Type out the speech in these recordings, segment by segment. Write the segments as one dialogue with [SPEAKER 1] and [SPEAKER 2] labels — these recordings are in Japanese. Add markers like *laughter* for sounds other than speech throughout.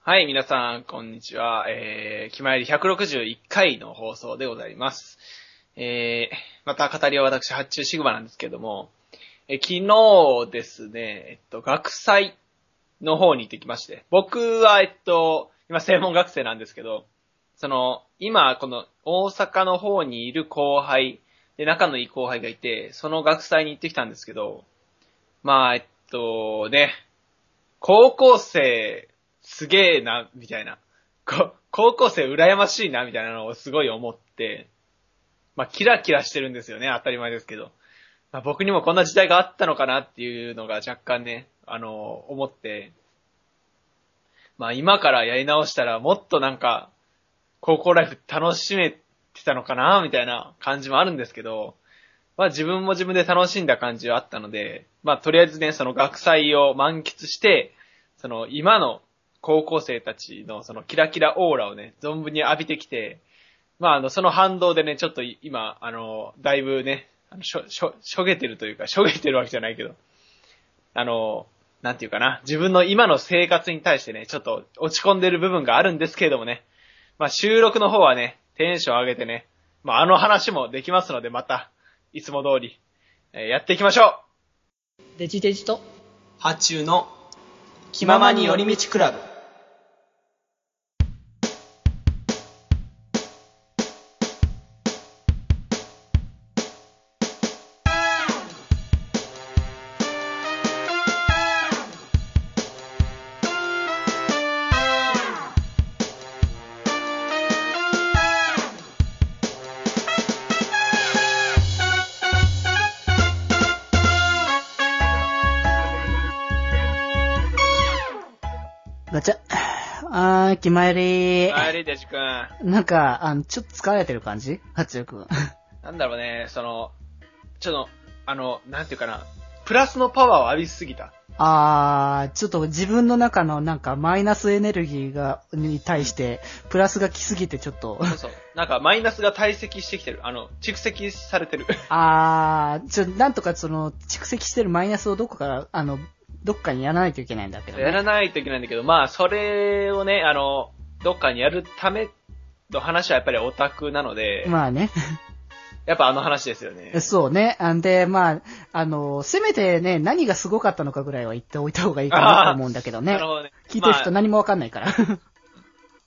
[SPEAKER 1] はい、皆さん、こんにちは。えー、気まより161回の放送でございます。えー、また語りは私、発注シグマなんですけども、えー昨日ですね、えっと、学祭の方に行ってきまして、僕は、えっと、今、専門学生なんですけど、その、今、この、大阪の方にいる後輩、で、仲のいい後輩がいて、その学祭に行ってきたんですけど、まあ、えっと、ね、高校生、すげえな、みたいな。こ高校生羨ましいな、みたいなのをすごい思って、まあ、キラキラしてるんですよね、当たり前ですけど。まあ、僕にもこんな時代があったのかなっていうのが若干ね、あの、思って、まあ、今からやり直したらもっとなんか、高校ライフ楽しめてたのかな、みたいな感じもあるんですけど、まあ自分も自分で楽しんだ感じはあったので、まあとりあえずね、その学祭を満喫して、その今の高校生たちのそのキラキラオーラをね、存分に浴びてきて、まああの、その反動でね、ちょっとい今、あの、だいぶね、あのしょ、しょ、しょげてるというか、しょげてるわけじゃないけど、あの、なんていうかな、自分の今の生活に対してね、ちょっと落ち込んでる部分があるんですけれどもね、まあ収録の方はね、テンション上げてね、まああの話もできますので、また、いつも通り、えーやっていきましょ
[SPEAKER 2] デジデジと
[SPEAKER 1] う発注の
[SPEAKER 2] 気ままに寄り
[SPEAKER 1] 道クラブ。
[SPEAKER 2] ガチャ。あー、気前り
[SPEAKER 1] あれ、デジ君。
[SPEAKER 2] なんか、あの、ちょっと疲れてる感じ八中くん。 *laughs*
[SPEAKER 1] なんだろうね、その、ちょっと、あの、なんていうかな、プラスのパワーを浴びすぎた。
[SPEAKER 2] あー、ちょっと自分の中のなんかマイナスエネルギーが、に対して、プラスが来すぎてちょっと、 *laughs*
[SPEAKER 1] そう *laughs* そう。なんか、マイナスが堆積してきてる。あの、蓄積されてる。 *laughs*
[SPEAKER 2] あー、ちょ、なんとかその、蓄積してるマイナスをどこか、あの、どっかにやらないといけないんだけど、ね。
[SPEAKER 1] やらないといけないんだけど、まあ、それをね、あの、どっかにやるための話はやっぱりオタクなので、
[SPEAKER 2] ま
[SPEAKER 1] *laughs*
[SPEAKER 2] あね。
[SPEAKER 1] やっぱあの話ですよね。
[SPEAKER 2] そうね。あんで、まあ、あの、せめてね、何がすごかったのかぐらいは言っておいた方がいいかなと思うんだけどね
[SPEAKER 1] なる。ほどね。
[SPEAKER 2] 聞いてる人
[SPEAKER 1] まあ、
[SPEAKER 2] 何もわかんないから。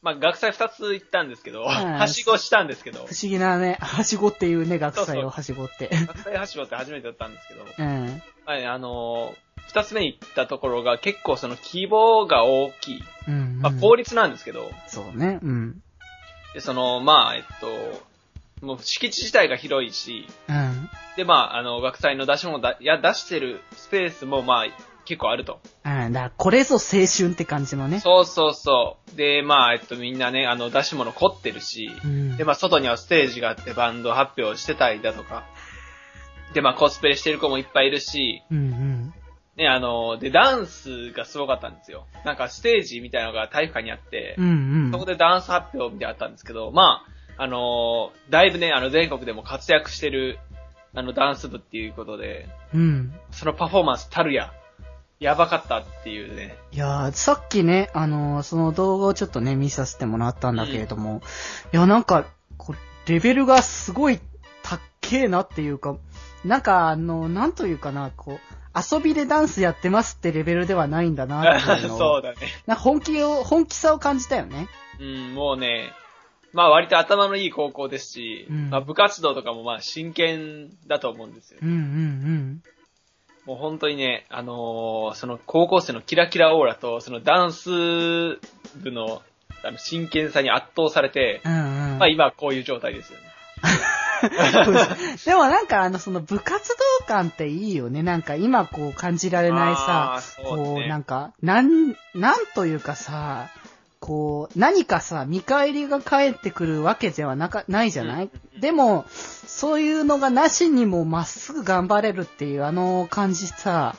[SPEAKER 1] まあ、学祭二つ行ったんですけど、
[SPEAKER 2] ん
[SPEAKER 1] はしごしたんですけど
[SPEAKER 2] 不、思議なね、はしごっていうね、学
[SPEAKER 1] そう
[SPEAKER 2] 祭
[SPEAKER 1] そう
[SPEAKER 2] をはしごって。 *laughs*
[SPEAKER 1] 学祭はしごって初めてだったんですけど、
[SPEAKER 2] うん。
[SPEAKER 1] はい、あのー二つ目に行ったところが結構その希望が大きい。
[SPEAKER 2] うん。
[SPEAKER 1] まあ、効率なんですけど、
[SPEAKER 2] そうね、うん。
[SPEAKER 1] で、その、まあ、えっと、もう敷地自体が広いし、
[SPEAKER 2] うん。
[SPEAKER 1] で、まあ、あの、学祭の出し物だ、いや、出してるスペースも、まあ、結構あると。
[SPEAKER 2] うん、だからこれぞ青春って感じのね。
[SPEAKER 1] そうそうそう。で、まあ、えっと、みんなね、あの、出し物凝ってるし、
[SPEAKER 2] うん。
[SPEAKER 1] で、まあ、外にはステージがあってバンド発表してたりだとか、で、まあ、コスプレしてる子もいっぱいいるし、
[SPEAKER 2] うんうん。
[SPEAKER 1] ね、あの、で、ダンスがすごかったんですよ。なんか、ステージみたいなのが体育館にあって
[SPEAKER 2] う、んうん。
[SPEAKER 1] そこでダンス発表みたいなのあったんですけど、まあ、あのーだいぶね、あの、全国でも活躍してる、あの、ダンス部っていうことで、
[SPEAKER 2] うん。
[SPEAKER 1] そのパフォーマンスたるや、やばかったっていうね。
[SPEAKER 2] いやー、さっきね、あのーその動画をちょっとね、見させてもらったんだけれども、いや、なんか、こうレベルがすごい、たっけえなっていうか、なんか、あのーなんというかな、こう、遊びでダンスやってますってレベルではないんだなっていうの
[SPEAKER 1] *laughs*
[SPEAKER 2] を
[SPEAKER 1] そうだね。
[SPEAKER 2] なんか本気を、本気さを感じたよね。
[SPEAKER 1] うん、もうね、まあ割と頭のいい高校ですし、
[SPEAKER 2] うん
[SPEAKER 1] まあ部活動とかもまあ真剣だと思うんですよ
[SPEAKER 2] う。んうん
[SPEAKER 1] もう本当にね、あのーその高校生のキラキラオーラと、そのダンス部のあの真剣さに圧倒されて
[SPEAKER 2] うん。う、んうん。
[SPEAKER 1] まあ今こういう状態ですよね。
[SPEAKER 2] でもなんかあの、その部活動感っていいよね。なんか今こう感じられないさ、
[SPEAKER 1] あーそうね
[SPEAKER 2] こうなんか、なん、なんというかさ、こう、何かさ、見返りが返ってくるわけではなか、ないじゃない、
[SPEAKER 1] うん
[SPEAKER 2] でも、そういうのがなしにもまっすぐ頑張れるっていうあの感じさ、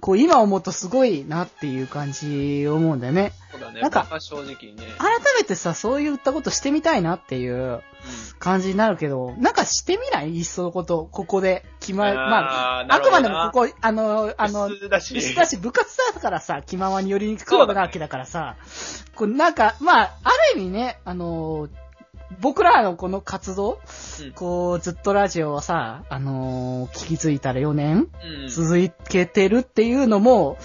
[SPEAKER 2] こう今思うとすごいなっていう感じ思うんだよね。
[SPEAKER 1] そうだね。
[SPEAKER 2] なんか
[SPEAKER 1] まあ正直ね。
[SPEAKER 2] 改めてさ、そういったことしてみたいなっていう感じになるけど、なんかしてみないいっそのこと、ここで決ま、
[SPEAKER 1] あー
[SPEAKER 2] まあ、
[SPEAKER 1] な
[SPEAKER 2] あ
[SPEAKER 1] るほど
[SPEAKER 2] くま
[SPEAKER 1] な
[SPEAKER 2] でもここ、あの、あ
[SPEAKER 1] *laughs*
[SPEAKER 2] の、
[SPEAKER 1] 薄だし
[SPEAKER 2] 薄だし、部活だからさ、気ままに寄りにくるなわけだからさ、こうなんか、まあ、ある意味ね、あの、僕らのこの活動、
[SPEAKER 1] うん
[SPEAKER 2] こう、ずっとラジオはさ、あのー聞きついたら4年
[SPEAKER 1] うん。
[SPEAKER 2] 続けてるっていうのも、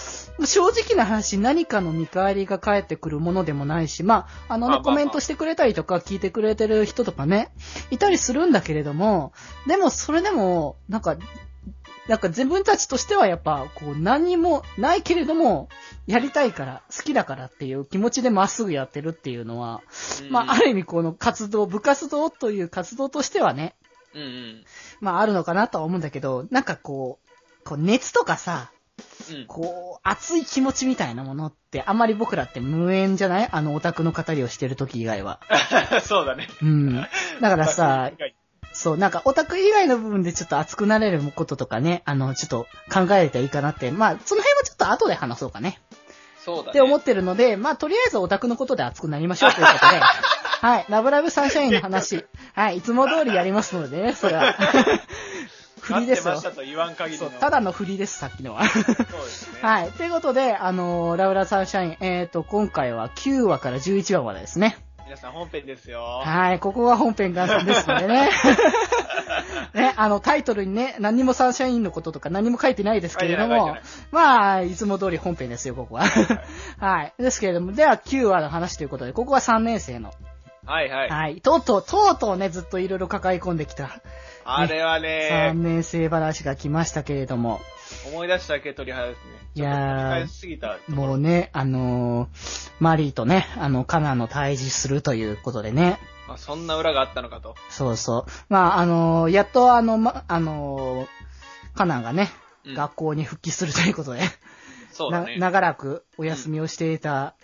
[SPEAKER 2] 正直な話、何かの見返りが返ってくるものでもないし、まあ、あの
[SPEAKER 1] まあまあま
[SPEAKER 2] ね
[SPEAKER 1] あ、
[SPEAKER 2] コメントしてくれたりとか、聞いてくれてる人とかね、いたりするんだけれども、でも、それでも、なんか、なんか自分たちとしてはやっぱ、こう、何もないけれども、やりたいから、好きだからっていう気持ちでまっすぐやってるっていうのは、
[SPEAKER 1] うん
[SPEAKER 2] まあ、ある意味この活動、部活動という活動としてはね、
[SPEAKER 1] うんうん。
[SPEAKER 2] まああるのかなとは思うんだけど、なんかこう、こう熱とかさ、
[SPEAKER 1] うん。 *laughs*
[SPEAKER 2] こう、熱い気持ちみたいなものって、あんまり僕らって無縁じゃないあのオタクの語りをしてる時以外は。
[SPEAKER 1] そうだね。 *laughs*
[SPEAKER 2] うん。だからさ、
[SPEAKER 1] 確かに
[SPEAKER 2] そう、なんかオタク以外の部分でちょっと熱くなれることとかね、あの、ちょっと考えれたらいいかなって、まあその辺はちょっと後で話そうかね。
[SPEAKER 1] そうだね。
[SPEAKER 2] って思ってるので、まあ、とりあえずオタクのことで熱くなりましょうと
[SPEAKER 1] *laughs*
[SPEAKER 2] いうことで、はい、ラブラブサンシャインの話、はい、いつも通りやりますのでね、それ
[SPEAKER 1] *laughs*
[SPEAKER 2] は。振りですよ
[SPEAKER 1] 待ってまし。たと言わん限り
[SPEAKER 2] そ
[SPEAKER 1] の。
[SPEAKER 2] う、ただの振りです、さっきのは。
[SPEAKER 1] そうですね。い。
[SPEAKER 2] はい、ということで、あのーラブラブサンシャイン、えっ、ー、と、今回は9話から11話までですね。
[SPEAKER 1] 皆さん本編ですよ。
[SPEAKER 2] はい、ここは本編がですのでね。ね、あの、タイトルにね、何もサンシャインのこととか何も書いてないですけれど
[SPEAKER 1] 書いて
[SPEAKER 2] も
[SPEAKER 1] ない書いて、
[SPEAKER 2] まあ、いつも通り本編ですよ、ここは。はい。ですけれども、では9話の話ということで、ここは3年生の。
[SPEAKER 1] はいはい。
[SPEAKER 2] はい。とうとう、とうとうね、ずっといろいろ抱え込んできた
[SPEAKER 1] あれはね、
[SPEAKER 2] 3年生話が来ましたけれども、
[SPEAKER 1] 思い出しただけ鳥肌ですね。
[SPEAKER 2] いや
[SPEAKER 1] ち
[SPEAKER 2] ー
[SPEAKER 1] ょっと取り返しすぎた。
[SPEAKER 2] もうね、あのーマリーとね、あの、カナの対峙するということでね、
[SPEAKER 1] まあ、そんな裏があったのかと。
[SPEAKER 2] そうそう。まあ、あのーやっとあの、ま、あのーカナンがね、
[SPEAKER 1] うん
[SPEAKER 2] 学校に復帰するということで、
[SPEAKER 1] そうだ
[SPEAKER 2] な
[SPEAKER 1] ね。
[SPEAKER 2] 長らくお休みをしていた、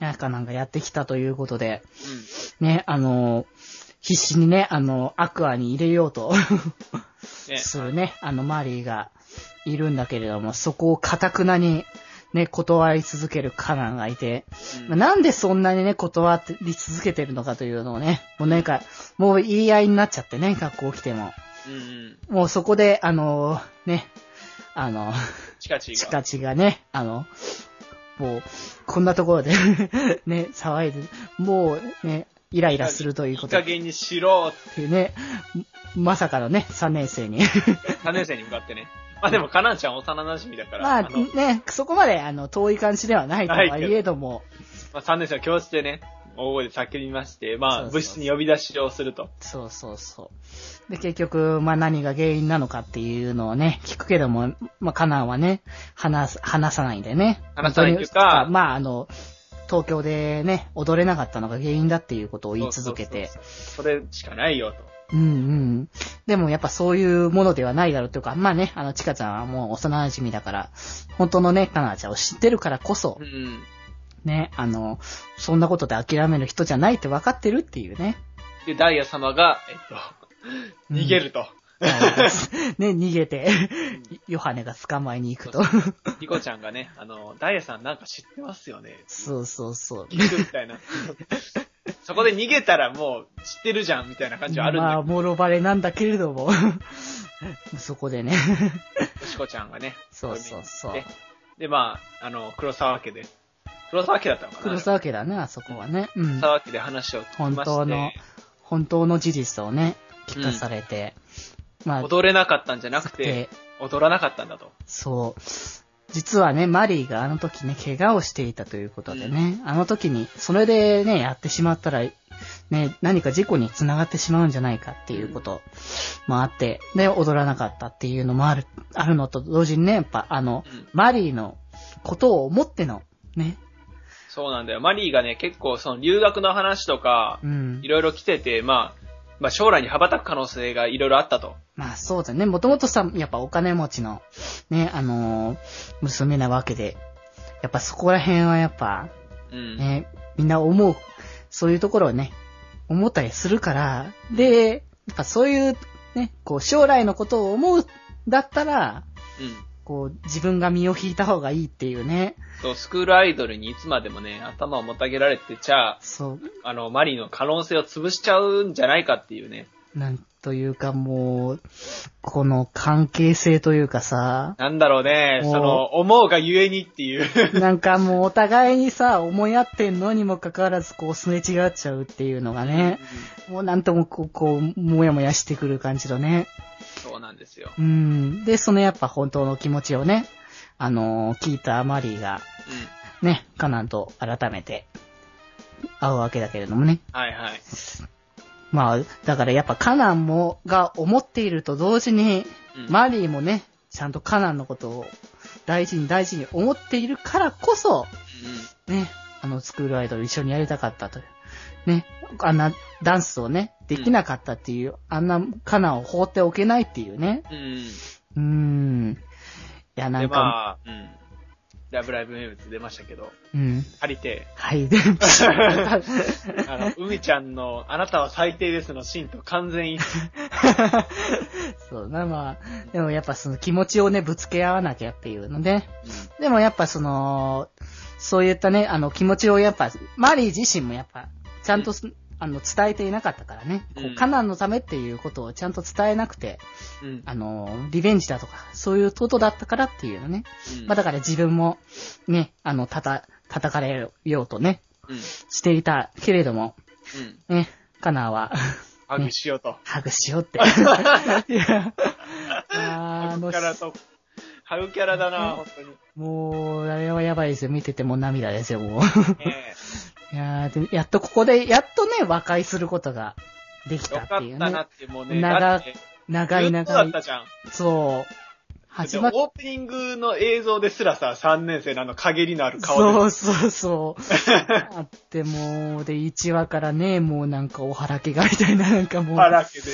[SPEAKER 2] なんかなんかやってきたということで、
[SPEAKER 1] う
[SPEAKER 2] ね、あのー必死にね、あのーアクアに入れようと
[SPEAKER 1] ん。ね。
[SPEAKER 2] *laughs* するね、あの、マリーがいるんだけれども、そこをかたくなに、ね、断り続けるカナンがいて、
[SPEAKER 1] うん
[SPEAKER 2] まあなんでそんなにね、断り続けてるのかというのをね、もうなんか、もう言い合いになっちゃってね、学校来ても。
[SPEAKER 1] うんうん。
[SPEAKER 2] もうそこで、あのーね、あの
[SPEAKER 1] チカチ
[SPEAKER 2] チ
[SPEAKER 1] が。
[SPEAKER 2] カチがね、あの、もう、こんなところで、 *laughs* ね、騒いで、もうね、イライラするとい
[SPEAKER 1] いうい
[SPEAKER 2] こと
[SPEAKER 1] 加
[SPEAKER 2] っ
[SPEAKER 1] 減にしろって
[SPEAKER 2] いうね、まさかのね、3年生に。
[SPEAKER 1] 3年生に向かってね。まあでも、かなちゃん幼馴染だから、
[SPEAKER 2] *laughs* まあ
[SPEAKER 1] あの、ま
[SPEAKER 2] ね、そこまであの遠い感じではないとはいえども、
[SPEAKER 1] あ、3年生の教室でね、大声で叫びまして、ま
[SPEAKER 2] そ
[SPEAKER 1] あ、
[SPEAKER 2] うそ
[SPEAKER 1] 部
[SPEAKER 2] うそう
[SPEAKER 1] 室に呼び出しをすると。
[SPEAKER 2] そうそうそう。で、結局、まあ何が原因なのかっていうのをね、聞くけども、まあカナンはね、話す、話さないんでね。
[SPEAKER 1] 話さないっていうか
[SPEAKER 2] まああの、東京でね、踊れなかったのが原因だっていうことを言い続けて
[SPEAKER 1] そう。そうそう。それしかないよと。
[SPEAKER 2] うんうん。でもやっぱそういうものではないだろうというか、まあね、あの、チカちゃんはもう幼馴染だから、本当のね、カナちゃんを知ってるからこそ
[SPEAKER 1] う、ん。
[SPEAKER 2] ね、あの、そんなことで諦める人じゃないって分かってるっていうね。
[SPEAKER 1] で、ダイヤ様が、えっと、
[SPEAKER 2] うん
[SPEAKER 1] 逃げると。
[SPEAKER 2] ね、逃げて、ヨハネが捕まえに行くと。
[SPEAKER 1] リコちゃんがね、あの、ダイヤさんなんか知ってますよね。
[SPEAKER 2] そうそうそう。
[SPEAKER 1] 聞くみたい
[SPEAKER 2] *laughs*
[SPEAKER 1] な。そこで逃げたらもう知ってるじゃんみたいな感じはあるんだ
[SPEAKER 2] ま
[SPEAKER 1] け
[SPEAKER 2] あ、
[SPEAKER 1] ど、
[SPEAKER 2] もろバレなんだけれども。そこでね。
[SPEAKER 1] シコちゃんがね。
[SPEAKER 2] そうそうそう
[SPEAKER 1] で、でまあ、あの、黒沢家で。黒沢家だったのかな
[SPEAKER 2] 黒沢家だね、あそこはね。うん
[SPEAKER 1] 黒。沢家で話を聞きまして。
[SPEAKER 2] 本当の本当の事実をね、聞かされて。まあ、
[SPEAKER 1] 踊れなかったんじゃなくて、
[SPEAKER 2] で
[SPEAKER 1] 踊らなかったんだと。
[SPEAKER 2] そう。実はね、マリーがあの時ね、怪我をしていたということでね、あの時に、それでね、やってしまったら、ね、何か事故につながってしまうんじゃないかっていうこともあって、で、踊らなかったっていうのもある、あるのと同時にね、やっぱあの、
[SPEAKER 1] うん
[SPEAKER 2] マリーのことを思っての、ね、
[SPEAKER 1] そうなんだよ。マリーがね、結構その留学の話とか
[SPEAKER 2] う、ん
[SPEAKER 1] い。ろいろ来てて、まあ、まあ将来に羽ばたく可能性がいろいろあったと。
[SPEAKER 2] まあそうだね、もともとさ、やっぱお金持ちの、ね、あのー娘なわけで、やっぱそこら辺はやっぱ、
[SPEAKER 1] うん。
[SPEAKER 2] ね、みんな思う、そういうところをね、思ったりするから、で、なんかそういう、ね、こう、将来のことを思うんだったら、
[SPEAKER 1] うん。
[SPEAKER 2] こう、自分が身を引いた方がいいっていうね。
[SPEAKER 1] そう、スクールアイドルにいつまでもね、頭をもたげられてちゃ、
[SPEAKER 2] そう、
[SPEAKER 1] あの、マリの可能性を潰しちゃうんじゃないかっていうね。
[SPEAKER 2] なんというかもう、この関係性というかさ、
[SPEAKER 1] なんだろうね、
[SPEAKER 2] おー
[SPEAKER 1] その、思うがゆえにっていう。
[SPEAKER 2] なんかもうお互いにさ、思い合ってんのにもかかわらずこうすれ違っちゃうっていうのがね、もうなんともこう、こう、もやもやしてくる感じのね。
[SPEAKER 1] *laughs* そうなんですよ。
[SPEAKER 2] うん。で、そのやっぱ本当の気持ちをね、あのー聞いたマリーが、
[SPEAKER 1] うん。
[SPEAKER 2] ね、カナンと改めて会うわけだけれどもね。
[SPEAKER 1] はいはい。
[SPEAKER 2] まあ、だからやっぱカナンも、が思っていると同時に、
[SPEAKER 1] うん、
[SPEAKER 2] マリーもね、ちゃんとカナンのことを大事に大事に思っているからこそ、ね、あのスクールアイドル一緒にやりたかったという。ね、あんなダンスをね、できなかったっていう、あんなカナンを放っておけないっていうね。
[SPEAKER 1] うん。うん。
[SPEAKER 2] うーん。いや、な
[SPEAKER 1] で、
[SPEAKER 2] んか、
[SPEAKER 1] まあ、うん。ラブライブ名物出ましたけど、
[SPEAKER 2] うん。
[SPEAKER 1] 借り
[SPEAKER 2] *laughs*
[SPEAKER 1] て、
[SPEAKER 2] はい、で、
[SPEAKER 1] あの、海ちゃんの、あなたは最低ですのシーンと完全一致。
[SPEAKER 2] そうな、まあ、でもやっぱその気持ちをね、ぶつけ合わなきゃっていうので、でもやっぱその、そういったね、あの気持ちをやっぱ、マリー自身もやっぱ、ちゃんとす、あの、伝えていなかったからね、こ
[SPEAKER 1] う、
[SPEAKER 2] うんカナンのためっていうことをちゃんと伝えなくて、
[SPEAKER 1] うん。うん。
[SPEAKER 2] あの、リベンジだとか、そういうことだったからっていうのね。
[SPEAKER 1] うん
[SPEAKER 2] まあだから自分も、ね、あの、たた、叩かれようとね、
[SPEAKER 1] うん。
[SPEAKER 2] していたけれども、
[SPEAKER 1] うん。
[SPEAKER 2] ね、カナンは、 *laughs*
[SPEAKER 1] ハグしようと。
[SPEAKER 2] ハグしようって。いや、
[SPEAKER 1] ハ
[SPEAKER 2] あ
[SPEAKER 1] グ
[SPEAKER 2] の
[SPEAKER 1] キャ、ラと、ハグキャラだな、本当に。
[SPEAKER 2] もう、あれはやばいですよ。見ててもう涙ですよ、もう。
[SPEAKER 1] ね
[SPEAKER 2] いやーでやっとここで、やっとね、和解することができ
[SPEAKER 1] え、よ
[SPEAKER 2] た
[SPEAKER 1] か
[SPEAKER 2] っ
[SPEAKER 1] って
[SPEAKER 2] いう
[SPEAKER 1] たな
[SPEAKER 2] ね
[SPEAKER 1] っ。て、もうね、
[SPEAKER 2] 長
[SPEAKER 1] だって、
[SPEAKER 2] 長い
[SPEAKER 1] ずっとだ
[SPEAKER 2] 長
[SPEAKER 1] っ
[SPEAKER 2] い
[SPEAKER 1] た。じゃん。
[SPEAKER 2] そう。始まっ
[SPEAKER 1] オープニングの映像ですらさ、3年生のあの陰りのある顔で。
[SPEAKER 2] そうそうそう。あって、もう、で、1話からね、もうなんかお腹けがみたいな、なんかも
[SPEAKER 1] ば
[SPEAKER 2] う、
[SPEAKER 1] らけで、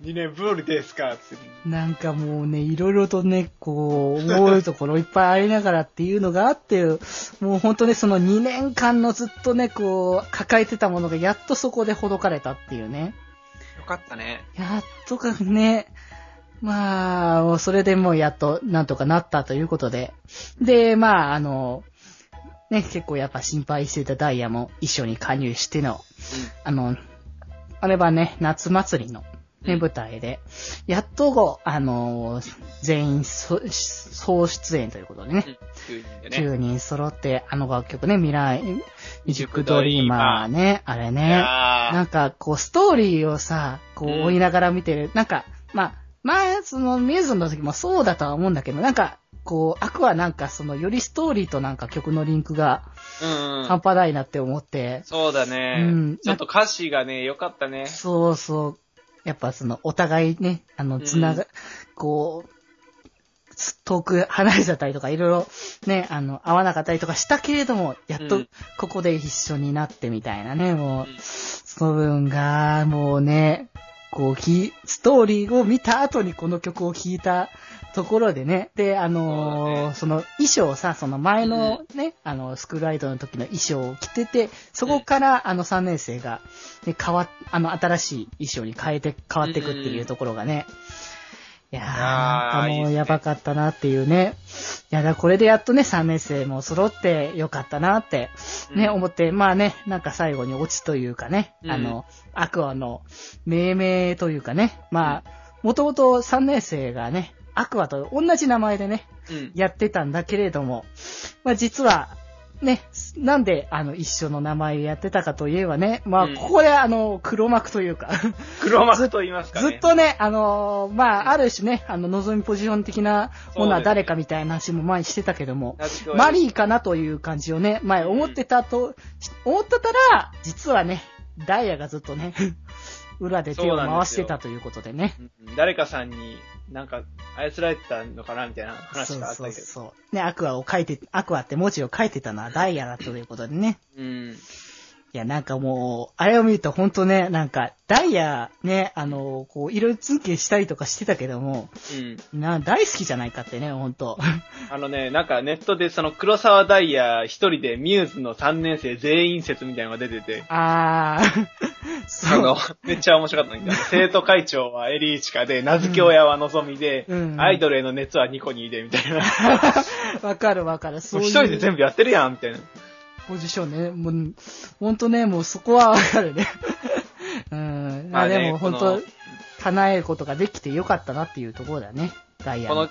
[SPEAKER 1] 2年ぶりですか、つって。
[SPEAKER 2] なんかもうね、いろいろとね、こう、思うところいっぱいありながらっていうのがあって、もう本当ね、その2年間のずっとね、こう、抱えてたものがやっとそこでほどかれたっていうね。
[SPEAKER 1] よかったね。
[SPEAKER 2] やっとかね、まあ、それでもうやっとなんとかなったということで。で、まあ、あの、ね、結構やっぱ心配してたダイヤも一緒に加入しての、あの、あれはね、夏祭りの、ね、
[SPEAKER 1] うん
[SPEAKER 2] 舞台で、やっとご、あの、全員そ総出演ということでね
[SPEAKER 1] う、ん。9人でね。
[SPEAKER 2] 9人揃って、あの楽曲ね、未来、ミュージックドリーマーね、あ
[SPEAKER 1] い
[SPEAKER 2] れね。な
[SPEAKER 1] や
[SPEAKER 2] んか、こう、ストーリーをさ、こう
[SPEAKER 1] うん、
[SPEAKER 2] 追いながら見てる。なんか、まあ、前、その、ミューズの時もそうだとは思うんだけど、なんか、こう、アクはなんか、その、よりストーリーとなんか曲のリンクが
[SPEAKER 1] ーうんう
[SPEAKER 2] 半
[SPEAKER 1] ん。
[SPEAKER 2] 端ないなって思って、
[SPEAKER 1] そうだね、
[SPEAKER 2] うん
[SPEAKER 1] ちょっと歌詞がね、よかったね。
[SPEAKER 2] そうそう。やっぱその、お互いね、あの、つなが、こう、遠く離れちゃったりとか、いろいろね、あの、会わなかったりとかしたけれども、やっ
[SPEAKER 1] う
[SPEAKER 2] と
[SPEAKER 1] ん
[SPEAKER 2] ここで一緒になってみたいなね、もう
[SPEAKER 1] うん、
[SPEAKER 2] その部分が、もうね、こう、ひ、ストーリーを見た後にこの曲を聴いたところでね、で、
[SPEAKER 1] そ
[SPEAKER 2] あ
[SPEAKER 1] うだ
[SPEAKER 2] のー
[SPEAKER 1] ね
[SPEAKER 2] その衣装をさ、その前のね、あの、スクールアイドルの時の衣装を着てて、そこから、あの3年生が、ね、変わっ、あの、新しい衣装に変えて、変わっていくっていうところがね、いやー、なんか
[SPEAKER 1] いやーいい
[SPEAKER 2] も
[SPEAKER 1] っす
[SPEAKER 2] う
[SPEAKER 1] ね
[SPEAKER 2] やばかったなっていうね。いや、だからこれでやっとね、3年生も揃ってよかったなって、ね、
[SPEAKER 1] うん
[SPEAKER 2] 思って、まあね、なんか最後に落ちというかね、
[SPEAKER 1] うん
[SPEAKER 2] あの、アクアの命名というかね、まあ、もともと3年生がね、アクアと同じ名前でね、
[SPEAKER 1] うん。
[SPEAKER 2] やってたんだけれども、まあ実は、ね、なんであの一緒の名前やってたかといえばね、まあ
[SPEAKER 1] うん
[SPEAKER 2] ここであの黒幕というか、
[SPEAKER 1] 黒幕と言いますか
[SPEAKER 2] ず
[SPEAKER 1] ね。
[SPEAKER 2] っとね、あのーま
[SPEAKER 1] うん
[SPEAKER 2] あある種ね、あの望みポジション的なものは誰かみたいな話も前にしてたけども、
[SPEAKER 1] 名付け親
[SPEAKER 2] マリーかなという感じをね、前思ってたと、思ってたら、実はね、ダイヤがずっとね、 *laughs* 裏で手を回してたということでね。
[SPEAKER 1] うん誰かさんに、なんか、操られてたのかな、みたいな話があった
[SPEAKER 2] そう
[SPEAKER 1] けど。
[SPEAKER 2] そうそう。ね、アクアを書いて、アクアって文字を書いてたのはダイヤだということでね。
[SPEAKER 1] うん。
[SPEAKER 2] いや、なんかもう、あれを見るとほんとね、なんか、ダイヤね、あの、こう、いろいろ通勤したりとかしてたけども、
[SPEAKER 1] うん。
[SPEAKER 2] な、大好きじゃないかってね、ほ
[SPEAKER 1] *laughs*
[SPEAKER 2] んと。
[SPEAKER 1] あのね、なんかネットでその黒沢ダイヤ一人でミューズの3年生全員説みたいなのが出てて、
[SPEAKER 2] あー、
[SPEAKER 1] あ
[SPEAKER 2] *laughs* そう。
[SPEAKER 1] の、めっちゃ面白かったんだけ
[SPEAKER 2] *laughs*
[SPEAKER 1] ど、生徒会長はエリーチカで、名付け親はのぞみで、
[SPEAKER 2] うん
[SPEAKER 1] アイドルへの熱はニコニーで、みたいな。
[SPEAKER 2] わかるわかる。そう
[SPEAKER 1] もう
[SPEAKER 2] いう
[SPEAKER 1] 一人で全部やってるやん、みたいな。
[SPEAKER 2] ポジションね。もう、ほんとね、もうそこはわかるね。 *laughs* うん。まあ、でも
[SPEAKER 1] こ
[SPEAKER 2] 本
[SPEAKER 1] の
[SPEAKER 2] 当叶えることができてよかったなっていうところだね。ダイヤ
[SPEAKER 1] この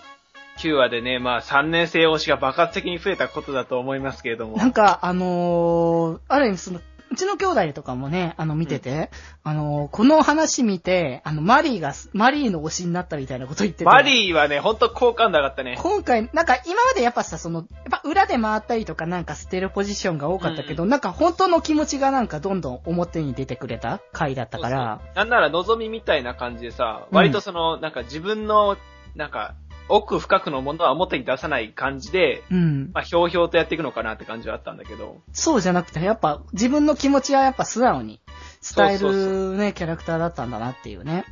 [SPEAKER 1] 9話でね、まあ3年生推しが爆発的に増えたことだと思いますけれども。
[SPEAKER 2] *laughs* なんか、あのーある意味その、うちの兄弟とかもね、あの、見てて、あのーこの話見て、あの、マリーが、マリーの推しになったみたいなこと言ってて。
[SPEAKER 1] マリーはね、ほんと好感度上がったね。
[SPEAKER 2] 今回、なんか今までやっぱさ、その、やっぱ裏で回ったりとかなんか捨てるポジションが多かったけど、なんか本当の気持ちがなんかどんどん表に出てくれた回だったから、
[SPEAKER 1] そうそうなんなら望みみたいな感じでさ、
[SPEAKER 2] うん
[SPEAKER 1] 割とその、なんか自分の、なんか、奥深くのものは表に出さない感じで、
[SPEAKER 2] うん。
[SPEAKER 1] まあ、ひょうひょうとやっていくのかなって感じはあったんだけど。
[SPEAKER 2] そうじゃなくて、やっぱ自分の気持ちはやっぱ素直に伝え
[SPEAKER 1] そうそう
[SPEAKER 2] るね、キャラクターだったんだなっていうね。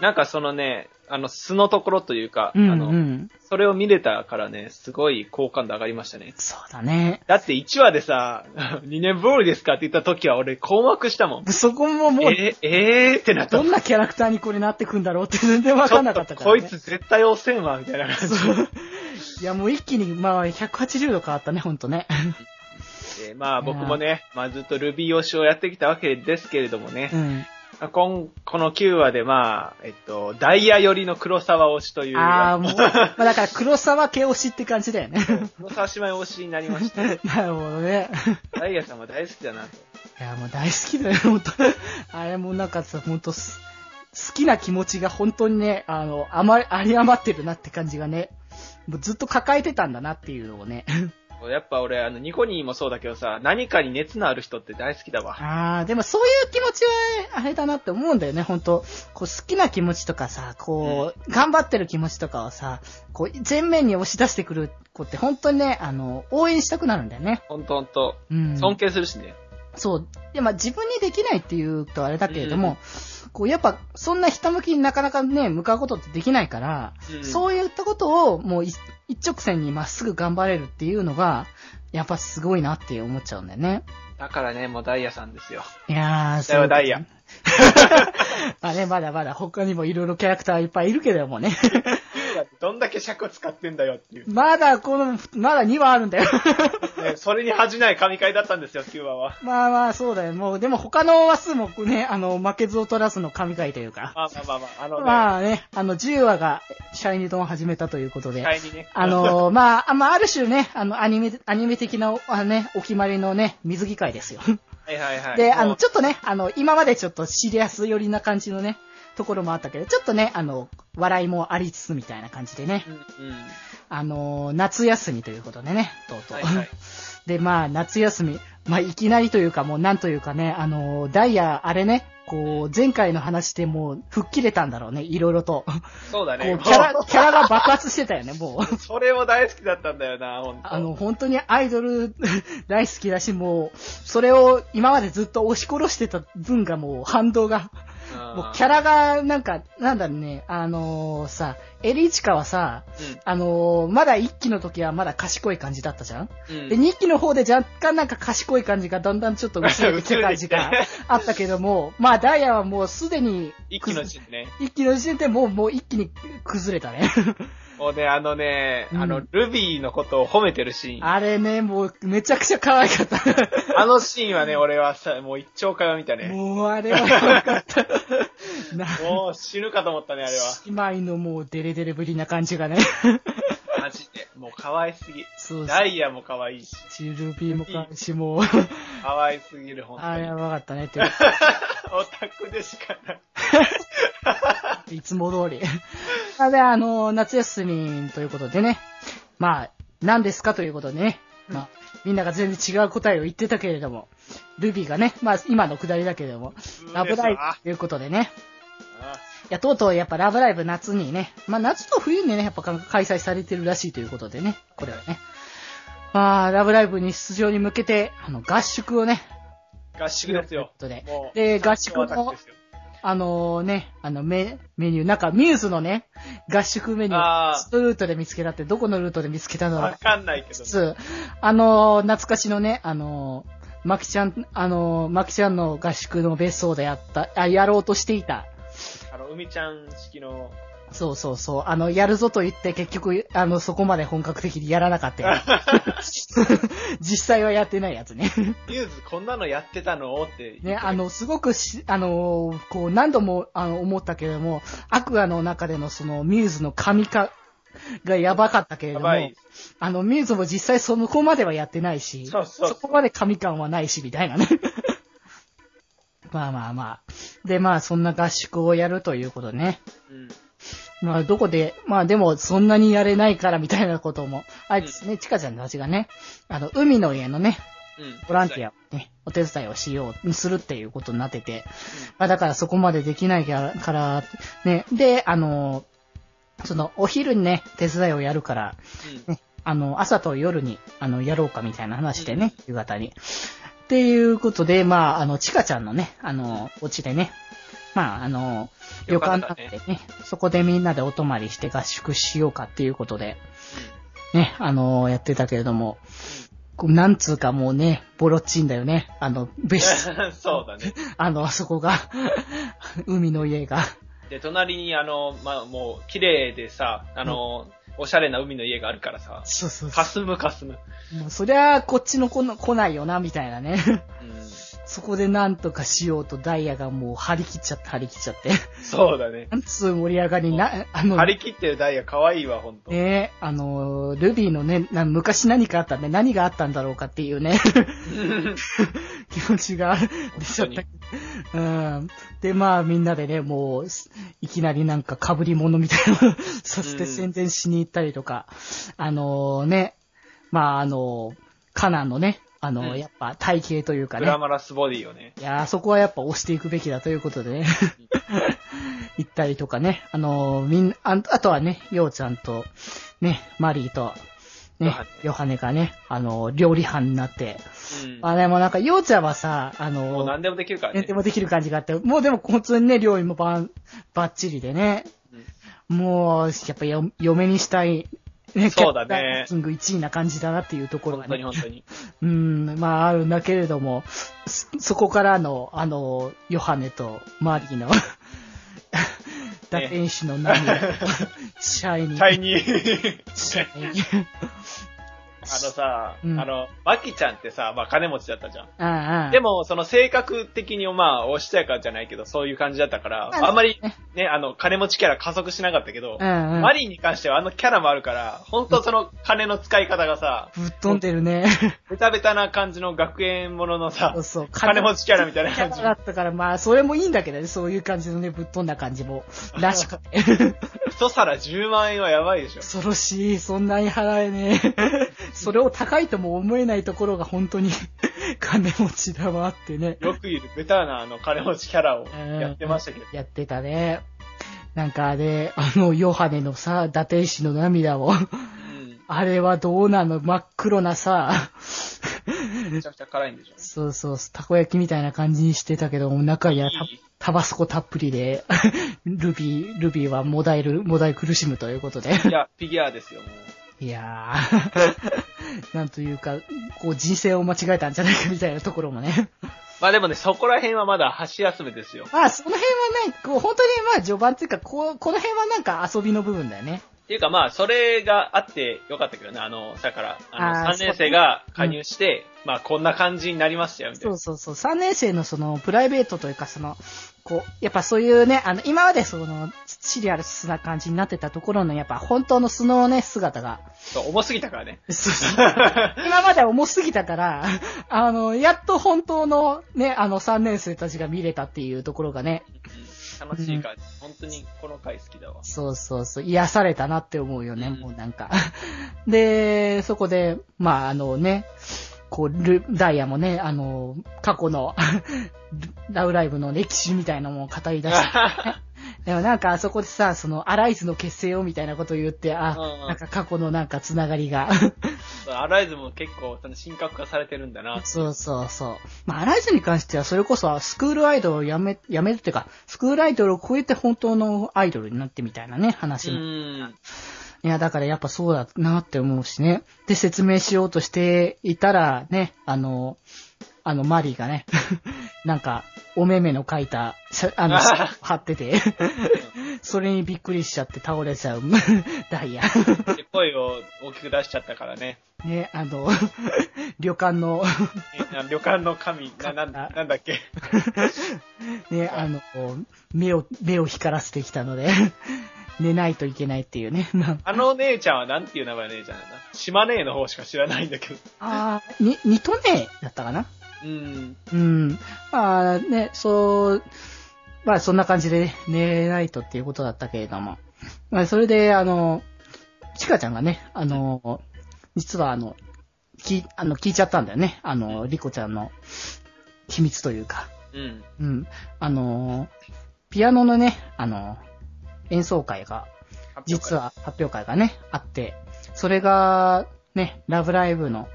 [SPEAKER 1] なんかそのね、あの、素のところというか、
[SPEAKER 2] うん、う
[SPEAKER 1] あの、
[SPEAKER 2] ん。
[SPEAKER 1] それを見れたからね、すごい好感度上がりましたね。
[SPEAKER 2] そうだね。
[SPEAKER 1] だって1話でさ、2年 *laughs* ぶりですかって言った時は俺困惑したもん。
[SPEAKER 2] そこももう、
[SPEAKER 1] えー、えーってなった
[SPEAKER 2] *laughs* ど。んなキャラクターにこれなってくんだろうって全然わかんなかったから、ね。
[SPEAKER 1] ちょっとこいつ絶対押せんわ、みたいな感じ
[SPEAKER 2] そう。いや、もう一気に、まあ、180度変わったね、ほんとね。
[SPEAKER 1] で。まあ僕もね、まあずっと Ruby 推しをやってきたわけですけれどもね
[SPEAKER 2] う、
[SPEAKER 1] ま
[SPEAKER 2] ん。
[SPEAKER 1] あ今この9話でまあ、えっと、ダイヤ寄りの黒沢推しという、
[SPEAKER 2] ああ、もう、まあだから黒沢系推しって感じだよね。
[SPEAKER 1] *laughs* 黒沢姉妹推しになりました。
[SPEAKER 2] *laughs* なるほどね。
[SPEAKER 1] ダイヤさんは大好きだなと。
[SPEAKER 2] いや、もう大好きだよ、ほんと。あれもなんかさ、ほんとす、好きな気持ちが本当にね、あの、あまり、あり余ってるなって感じがね、もうずっと抱えてたんだなっていうのをね。
[SPEAKER 1] やっぱ俺、あの、ニコニーもそうだけどさ、何かに熱のある人って大好きだわ。
[SPEAKER 2] ああ、でもそういう気持ちは、あれだなって思うんだよね、本当こう、好きな気持ちとかさ、こう、頑張ってる気持ちとかをさ、こう、全面に押し出してくる子って本当にね、あの、応援したくなるんだよね。
[SPEAKER 1] ほんとほんと。
[SPEAKER 2] うん。
[SPEAKER 1] 尊敬するしね。
[SPEAKER 2] そう。で、まあ自分にできないっていうとあれだけれども、
[SPEAKER 1] う
[SPEAKER 2] こう、やっぱ、そんなひたむきになかなかね、向かうことってできないから、
[SPEAKER 1] うん
[SPEAKER 2] そういったことをもうい一直線にまっすぐ頑張れるっていうのが、やっぱすごいなって思っちゃうんだよね。
[SPEAKER 1] だからね、もうダイヤさんですよ。
[SPEAKER 2] いやー、
[SPEAKER 1] ダイヤはダイヤ。
[SPEAKER 2] *laughs* まあね、まだまだ他にもいろいろキャラクターいっぱいいるけれどもね。 *laughs*
[SPEAKER 1] どんだけ尺使ってんだよっていう。
[SPEAKER 2] まだこの、まだ2話あるんだよ。 *laughs*
[SPEAKER 1] ね、それに恥じない神回だったんですよ、9話は。
[SPEAKER 2] まあまあ、そうだよ。もう、でも他の話数もね、あの、負けず劣らずの神回というか。
[SPEAKER 1] まあまあまあまあ、あのね、
[SPEAKER 2] まあね、あの、10話が、シャイニドンを始めたということ
[SPEAKER 1] 期
[SPEAKER 2] で。
[SPEAKER 1] 待にね。
[SPEAKER 2] あの、まあ、あまあ、ある種ね、あの、アニメ、アニメ的な、あね、お決まりのね、水着会ですよ。
[SPEAKER 1] はいはいはい。
[SPEAKER 2] で、あ
[SPEAKER 1] も
[SPEAKER 2] の、
[SPEAKER 1] う
[SPEAKER 2] ちょっとね、あの、今までちょっとシリアス寄りな感じのね、ところもあったけど、ちょっとね、あの、笑いもありつつみたいな感じでね、
[SPEAKER 1] うんうん。
[SPEAKER 2] あの、夏休みということでね、とうとう。
[SPEAKER 1] はいはい。
[SPEAKER 2] *laughs* で、まあ、夏休み、まあ、いきなりというか、もう、なんというかね、あの、ダイヤ、あれね、こう、前回の話でもう、吹っ切れたんだろうね、いろいろと。
[SPEAKER 1] そうだ
[SPEAKER 2] こ
[SPEAKER 1] ね。
[SPEAKER 2] う、キャラ、キャラが爆発してたよね、も
[SPEAKER 1] *laughs*
[SPEAKER 2] う。
[SPEAKER 1] それも大好きだったんだよな、ほんと。
[SPEAKER 2] あの、本当にアイドル *laughs* 大好きだし、もう、それを今までずっと押し殺してた分がもう反動が、
[SPEAKER 1] うん、
[SPEAKER 2] もうキャラがなんか、なんだろうね、あのーさ、エリチカはさ、あのーまだ1期の時はまだ賢い感じだったじゃん
[SPEAKER 1] うん。うん
[SPEAKER 2] で、2期の方で若干なんか賢い感じがだんだんちょっと薄れてきた感
[SPEAKER 1] *laughs*
[SPEAKER 2] じ
[SPEAKER 1] 薄
[SPEAKER 2] が
[SPEAKER 1] れてき
[SPEAKER 2] あったけども、まあダイヤはもうすでに、
[SPEAKER 1] 一気のうちにね。
[SPEAKER 2] 一期の時点でもう、もう一気に崩れたね。
[SPEAKER 1] もうね、あのね、
[SPEAKER 2] うん
[SPEAKER 1] あの、ルビーのことを褒めてるシーン。
[SPEAKER 2] あれね、もうめちゃくちゃ可愛かった。
[SPEAKER 1] あのシーンはね、俺はさ、もう一丁会を見たね。
[SPEAKER 2] もうあれは良かった。な
[SPEAKER 1] もう死ぬかと思ったね、あ
[SPEAKER 2] *laughs*
[SPEAKER 1] れは。
[SPEAKER 2] 姉妹のもうデレデレぶりな感じ
[SPEAKER 1] *laughs*
[SPEAKER 2] がね。
[SPEAKER 1] マジで。もう可愛すぎ。
[SPEAKER 2] そうそ
[SPEAKER 1] ダ
[SPEAKER 2] う。
[SPEAKER 1] イヤも可愛いし。
[SPEAKER 2] チルビーもかし、もう、
[SPEAKER 1] 可愛すぎる、ほんと
[SPEAKER 2] あれ
[SPEAKER 1] に
[SPEAKER 2] は。良かったねっていう
[SPEAKER 1] *laughs* オタクでしかない。
[SPEAKER 2] いつも通り。あで、あの、夏休みということでね。まあ、何ですかということでね。まあ、みんなが全然違う答えを言ってたけれども、ルビーがね、まあ今のくだりだけれども、ラブライブということでね。いや、とうとうやっぱラブライブ夏にね、まあ夏と冬にね、やっぱか開催されてるらしいということでね、これはね。まあ、ラブライブに出場に向けて、あの、合宿をね、
[SPEAKER 1] 合宿ですよ。
[SPEAKER 2] ということ
[SPEAKER 1] もう
[SPEAKER 2] で。で、合宿
[SPEAKER 1] 合宿
[SPEAKER 2] も
[SPEAKER 1] で、すよ
[SPEAKER 2] あのね、あのメ、メニュー、なんかミューズのね、合宿メニュー、
[SPEAKER 1] あー
[SPEAKER 2] ストルートで見つけたって、どこのルートで見つけたの
[SPEAKER 1] わ
[SPEAKER 2] か。
[SPEAKER 1] かんないけど。
[SPEAKER 2] つつ、あの懐かしのね、あのマキちゃん、あの、マキちゃんの合宿の別荘でやった、あ、やろうとしていた。
[SPEAKER 1] あの、海ちゃん式の、
[SPEAKER 2] そうそうそう。あの、やるぞと言って結局、あの、そこまで本格的にやらなかったやつ。 *laughs* 実際はやってないやつね。
[SPEAKER 1] ユーズこんなのやってたのって言って
[SPEAKER 2] ね、あ、の、すごくし、あのー、こう、何度も、あの、思ったけれども、アクアの中でのその、ミューズの神化がやばかったけれ
[SPEAKER 1] や
[SPEAKER 2] ど
[SPEAKER 1] ば
[SPEAKER 2] も
[SPEAKER 1] い、。
[SPEAKER 2] あの、ミューズも実際そのこまではやってないし、
[SPEAKER 1] そうそうそう
[SPEAKER 2] こまで神感はないし、みたいなね。 *laughs* まあまあまあ。で、まあ、そんな合宿をやるということね。
[SPEAKER 1] うん。
[SPEAKER 2] まあ、どこで、まあでも、そんなにやれないから、みたいなことも、あいつね、チカちゃんたちがね、あの、海の家のね、
[SPEAKER 1] うん。
[SPEAKER 2] ボランティアをね、お手伝いをしよう、するっていうことになってて、まあだからそこまでできないから、からね、で、あの、その、お昼にね、手伝いをやるから、
[SPEAKER 1] うん。
[SPEAKER 2] ね、あの、朝と夜に、あの、やろうかみたいな話でね、夕方に。っていうことで、まあ、あの、ちかちゃんのね、あの、お家でね、まあ、あの、旅
[SPEAKER 1] 旅
[SPEAKER 2] 館
[SPEAKER 1] 館
[SPEAKER 2] だ
[SPEAKER 1] だ
[SPEAKER 2] って
[SPEAKER 1] ね
[SPEAKER 2] ね、そこでみんなでお泊まりして合宿しようかっていうことで、ね、あの、やってたけれども、こうなんつうかもうね、ボロっちいんだよね。あの、
[SPEAKER 1] *laughs*
[SPEAKER 2] 別室、
[SPEAKER 1] うんそうだね。
[SPEAKER 2] あの、あそこが、海の家が。
[SPEAKER 1] で、隣に、あの、まあ、もう、綺麗でさ、あの、おしゃれな海の家があるからさ、
[SPEAKER 2] そうそうそ
[SPEAKER 1] かすむかすむ。
[SPEAKER 2] う。もうそりゃ、こっちの来な来ないよな、みたいなね。
[SPEAKER 1] うん。
[SPEAKER 2] そこでなんとかしようとダイヤがもう張り切っちゃって張り切っちゃって。
[SPEAKER 1] そうだね。
[SPEAKER 2] なんつう盛り上がりな、あの
[SPEAKER 1] 張、り切ってるダイヤ可愛いわ、ほんと。
[SPEAKER 2] ねあの、ルビーのね、な昔何かあったんで何があったんだろうかっていうね、気持ちが出ちゃった。うん。で、まあみんなでね、もう、すいきなりなんか被り物みたいなのさせて
[SPEAKER 1] うん
[SPEAKER 2] 宣伝しに行ったりとか、あのね、まああの、カナンのね、あの、
[SPEAKER 1] うん
[SPEAKER 2] やっぱ体型というか
[SPEAKER 1] *laughs* グ
[SPEAKER 2] ね、
[SPEAKER 1] ラマラスボディをね。
[SPEAKER 2] いやー、そこはやっぱ押していくべきだということでね。行ったりとかね。あのーみんな、ああとはね、ようちゃんと、ね、マリーと、
[SPEAKER 1] ヨ
[SPEAKER 2] ね
[SPEAKER 1] ハネ、
[SPEAKER 2] ヨハネがね、あのー料理班になって。
[SPEAKER 1] うん。
[SPEAKER 2] まあでもなんか、ようちゃんはさ、
[SPEAKER 1] も
[SPEAKER 2] あ
[SPEAKER 1] う
[SPEAKER 2] のー
[SPEAKER 1] 何でもできるから
[SPEAKER 2] 何
[SPEAKER 1] ね
[SPEAKER 2] で。もできる感じがあって、もうでも普通にね、料理もばん、ばっちりでね。もう、やっぱよ、嫁にしたい、ね、
[SPEAKER 1] そうだね
[SPEAKER 2] キャラランキング1位な感じだなっていうところ
[SPEAKER 1] 本
[SPEAKER 2] が
[SPEAKER 1] 当
[SPEAKER 2] ね
[SPEAKER 1] に。本当に。
[SPEAKER 2] *laughs* うん、まああるんだけれども、そそこからの、あの、ヨハネとマリー
[SPEAKER 1] *laughs*
[SPEAKER 2] の、打天使の涙、シャイニ
[SPEAKER 1] シ
[SPEAKER 2] ー。
[SPEAKER 1] ャイニー。
[SPEAKER 2] シ *laughs* ャイニー。
[SPEAKER 1] あのさ、
[SPEAKER 2] うん
[SPEAKER 1] あの、マキちゃんってさ、まあ金持ちだったじゃん。
[SPEAKER 2] ああ
[SPEAKER 1] で、も、その性格的にまあ、おしとやかじゃないけど、そういう感じだったから、
[SPEAKER 2] まあ
[SPEAKER 1] あんまりね、あの、金持ちキャラ加速しなかったけど
[SPEAKER 2] う、んうん。
[SPEAKER 1] マリーに関してはあのキャラもあるから、本当その金の使い方がさ、
[SPEAKER 2] ぶっ飛んでるね。
[SPEAKER 1] ベタベタな感じの学園もののさ
[SPEAKER 2] そう、そう。
[SPEAKER 1] 金持ちキャラみたいな
[SPEAKER 2] キャ
[SPEAKER 1] 感
[SPEAKER 2] ラ
[SPEAKER 1] じ。
[SPEAKER 2] だったから、まあ、それもいいんだけどね、そういう感じのね、ぶっ飛んだ感
[SPEAKER 1] *laughs*
[SPEAKER 2] じも、らしくて。
[SPEAKER 1] 一皿10万円はやばいでしょ。
[SPEAKER 2] 恐ろしい、そんなに払えねえ。
[SPEAKER 1] *laughs*
[SPEAKER 2] それを高いとも思えないところが本当に *laughs* 金持ちだわってね。
[SPEAKER 1] よくいるベタなあの金持ちキャラをやってましたけど。
[SPEAKER 2] やってたね。なんかね、あの、ヨハネのさ、伊達石の涙を、
[SPEAKER 1] う
[SPEAKER 2] *laughs*
[SPEAKER 1] ん。
[SPEAKER 2] あれはどうなの真っ黒なさ、 *laughs*
[SPEAKER 1] めちゃくちゃ辛いんでしょ。
[SPEAKER 2] そうそう、たこ焼きみたいな感じにしてたけど、中にはた
[SPEAKER 1] いい
[SPEAKER 2] タバスコたっぷりで、 *laughs* ルビー、ルビーはもだえる、もだえ苦しむということで。
[SPEAKER 1] いや、フィギュアですよ、もう。
[SPEAKER 2] いやー、 *laughs* なんというか、こう人生を間違えたんじゃないかみたいなところもね。 *laughs*
[SPEAKER 1] まあでもね、そこら辺はまだ箸休めですよ。
[SPEAKER 2] まあ、その辺はね、こう本当にまあ序盤っていうか、こう、この辺はなんか遊びの部分だよね。
[SPEAKER 1] っていうかまあ、それがあってよかったけどね、あの、だから、あの、
[SPEAKER 2] あー
[SPEAKER 1] 3年生が加入して、まあ、こんな感じになりましたよ、みたい
[SPEAKER 2] そ
[SPEAKER 1] な。
[SPEAKER 2] うそうそう。3年生のその、プライベートというか、その、こう、やっぱそういうね、あの、今までその、シリアルスな感じになってたところの、やっぱ本当の素のね、姿 *laughs* が。
[SPEAKER 1] そう、重すぎたから *laughs* ね。
[SPEAKER 2] そうそう。今まで重すぎたから、あの、やっと本当のね、あの3年生たちが見れたっていうところがね、
[SPEAKER 1] うん楽しい感じ。本当にこの回好きだわ。
[SPEAKER 2] そうそうそう、癒されたなって思うよね、
[SPEAKER 1] うん
[SPEAKER 2] もうなんか。で、そこで、まああのね、こう、ルダイヤもね、あの、過去の、ラブライブの歴史みたいなのも語り
[SPEAKER 1] *laughs*
[SPEAKER 2] 出して、でもなんかあそこでさ、その、アライズの結成をみたいなこと言って、
[SPEAKER 1] う
[SPEAKER 2] あ、
[SPEAKER 1] んうん
[SPEAKER 2] なんか過去のなんかつながりが、
[SPEAKER 1] アライズも結構、その、神格化されてるんだな。
[SPEAKER 2] そうそうそう。まあ、アライズに関しては、それこそ、スクールアイドルをやめ、やめるっていうか、スクールアイドルを超えて本当のアイドルになってみたいなね、
[SPEAKER 1] う
[SPEAKER 2] 話も。い
[SPEAKER 1] ん。
[SPEAKER 2] や、だからやっぱそうだなって思うしね。で、説明しようとしていたら、ね、あの、あの、マリーがね、 *laughs* なんか、お目目の書いた、しゃ
[SPEAKER 1] *laughs*
[SPEAKER 2] あの、貼って *laughs* て、それにびっくりしちゃって倒れちゃう、 *laughs* ダイヤ。 *laughs*
[SPEAKER 1] で声を大きく出しちゃったから *laughs* ね。
[SPEAKER 2] ね、あの、 *laughs* 旅館の、
[SPEAKER 1] えな旅館の神、な、なんなんだっけ。
[SPEAKER 2] ね、あの、目を、目を光らせてきたので、 *laughs* 寝ないといけないっていうね。 *laughs* なん
[SPEAKER 1] あの姉ちゃんはなんていう名前の姉ちゃんなんだ島姉の方しか知らないんだけど。
[SPEAKER 2] ああ、に、ニトネだったかな
[SPEAKER 1] うん。
[SPEAKER 2] うん。まあね、そう、まあそんな感じで寝ないとっていうことだったけれども。まあそれで、あの、チカちゃんがね、あの、実はあの、き、あの、聞いちゃったんだよね。あの、リコちゃんの秘密というか。
[SPEAKER 1] うん。
[SPEAKER 2] うん。あの、ピアノのね、あの、演奏会が、実は発表会がね、あって、それが、ね、ラブライブの、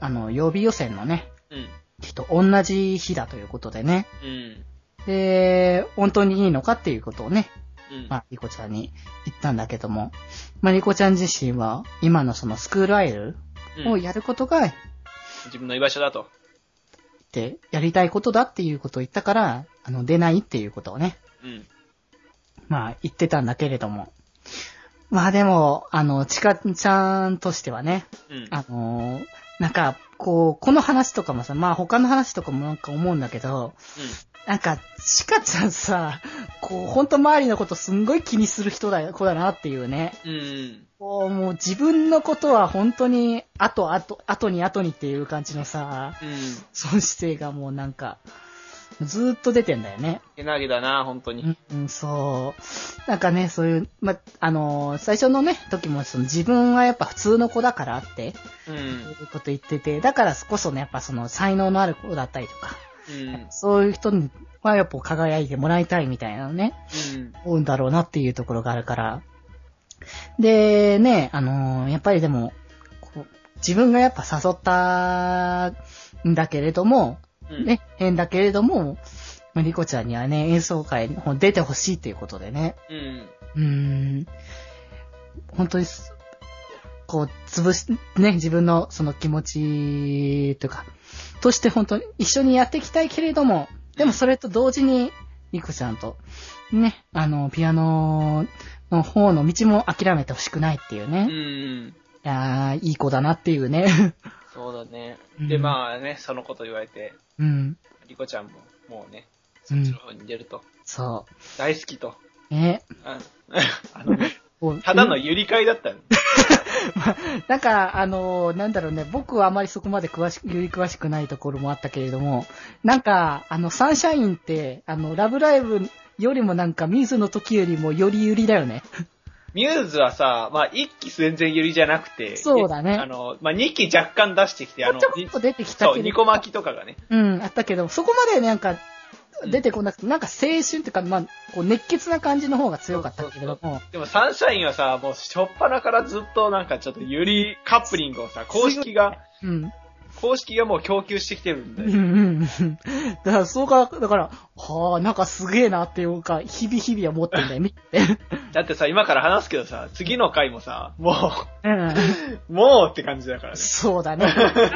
[SPEAKER 2] あの、予備予選のね、
[SPEAKER 1] うん。
[SPEAKER 2] 日と同じ日だということでね。
[SPEAKER 1] うん。
[SPEAKER 2] で、本当にいいのかっていうことをね、
[SPEAKER 1] うん。
[SPEAKER 2] まあ、リコちゃんに言ったんだけども、まあ、リコちゃん自身は、今のそのスクールアイドル
[SPEAKER 1] う
[SPEAKER 2] を
[SPEAKER 1] ん
[SPEAKER 2] やることが、っ
[SPEAKER 1] 自分の居場所だと。
[SPEAKER 2] て、やりたいことだっていうことを言ったから、あの、出ないっていうことをね、
[SPEAKER 1] うん。
[SPEAKER 2] まあ、言ってたんだけれども。まあでも、あの、チカちゃんとしてはね、
[SPEAKER 1] うん。
[SPEAKER 2] あのーなんか、こう、この話とかもさ、まあ他の話とかもなんか思うんだけど、なんか、チカちゃんさ、こう、ほんと周りのことすんごい気にする人だよ、子だなっていうね。
[SPEAKER 1] うん。うん。
[SPEAKER 2] こう、もう自分のことは本当に、後、後、後に後にっていう感じのさ、
[SPEAKER 1] うん。
[SPEAKER 2] その姿勢がもうなんか、ずーっと出てんだよね。
[SPEAKER 1] けなげだな、本当に。
[SPEAKER 2] うん、そう。なんかね、そういう、ま、あのー最初のね、時もその自分はやっぱ普通の子だからって、
[SPEAKER 1] うん。
[SPEAKER 2] そういうこと言ってて、だからこそね、やっぱその才能のある子だったりとか、
[SPEAKER 1] うん。
[SPEAKER 2] そういう人にはやっぱ輝いてもらいたいみたいなのね、
[SPEAKER 1] うん。
[SPEAKER 2] 思うんだろうなっていうところがあるから。で、ね、あのーやっぱりでも、こう自分がやっぱ誘ったんだけれども、
[SPEAKER 1] うん。
[SPEAKER 2] ね、変だけれども、まあリコちゃんにはね、演奏会の方に出てほしいということでね。
[SPEAKER 1] うん。
[SPEAKER 2] うーん。本当にす、こう、潰し、ね、自分のその気持ちというか、として本当に一緒にやっていきたいけれども、でもそれと同時に、リコちゃんと、ね、あの、ピアノの方の道も諦めてほしくないっていう
[SPEAKER 1] う
[SPEAKER 2] ね。い
[SPEAKER 1] ん。
[SPEAKER 2] やーいい子だなっていうね。 *laughs*
[SPEAKER 1] そうだね。
[SPEAKER 2] うん
[SPEAKER 1] で、まあね、そのこと言われて、
[SPEAKER 2] うん。
[SPEAKER 1] リコちゃんも、もうね、そっちの方に出ると。
[SPEAKER 2] そ
[SPEAKER 1] 大好きと。
[SPEAKER 2] う。ね。
[SPEAKER 1] うん。
[SPEAKER 2] *laughs*
[SPEAKER 1] あの、
[SPEAKER 2] こ
[SPEAKER 1] *laughs*
[SPEAKER 2] う
[SPEAKER 1] ただのゆり会だったの。
[SPEAKER 2] なんか、あのーなんだろうね、僕はあまりそこまで詳しく、より詳しくないところもあったけれども、なんか、あの、サンシャインって、あの、ラブライブよりもなんか、ミズの時よりもよりゆりだよね。
[SPEAKER 1] ミューズはさ、まあ、一期全然ゆりじゃなくて、
[SPEAKER 2] そうだね
[SPEAKER 1] あの、まあ、二期若干出してきて、あの、
[SPEAKER 2] ちょこ
[SPEAKER 1] に
[SPEAKER 2] っと出てきた
[SPEAKER 1] そ
[SPEAKER 2] け
[SPEAKER 1] う、
[SPEAKER 2] れ
[SPEAKER 1] ニ
[SPEAKER 2] ど
[SPEAKER 1] コ巻きとかがね。
[SPEAKER 2] うん、あったけど、そこまでなんか、出てこなくて、なんか青春っていうか、まあ、こう、熱血な感じの方が強かったけれども、
[SPEAKER 1] でもサンシャインはさ、もう、しょっぱなからずっとなんかちょっとゆりカップリングをさ、公式が、
[SPEAKER 2] うん、
[SPEAKER 1] 公式がもう供給してきてるん
[SPEAKER 2] う
[SPEAKER 1] で
[SPEAKER 2] ん、う。ん、うん。だから、そうか、だから、はあ、なんかすげえなっていうか、日々日々は思ってんだよ、
[SPEAKER 1] *laughs*
[SPEAKER 2] 見て。
[SPEAKER 1] だってさ、今から話すけどさ、次の回もさ、も
[SPEAKER 2] うん。
[SPEAKER 1] う、 *laughs* もうって感じだからね。
[SPEAKER 2] そ
[SPEAKER 1] *laughs*
[SPEAKER 2] うだね。だい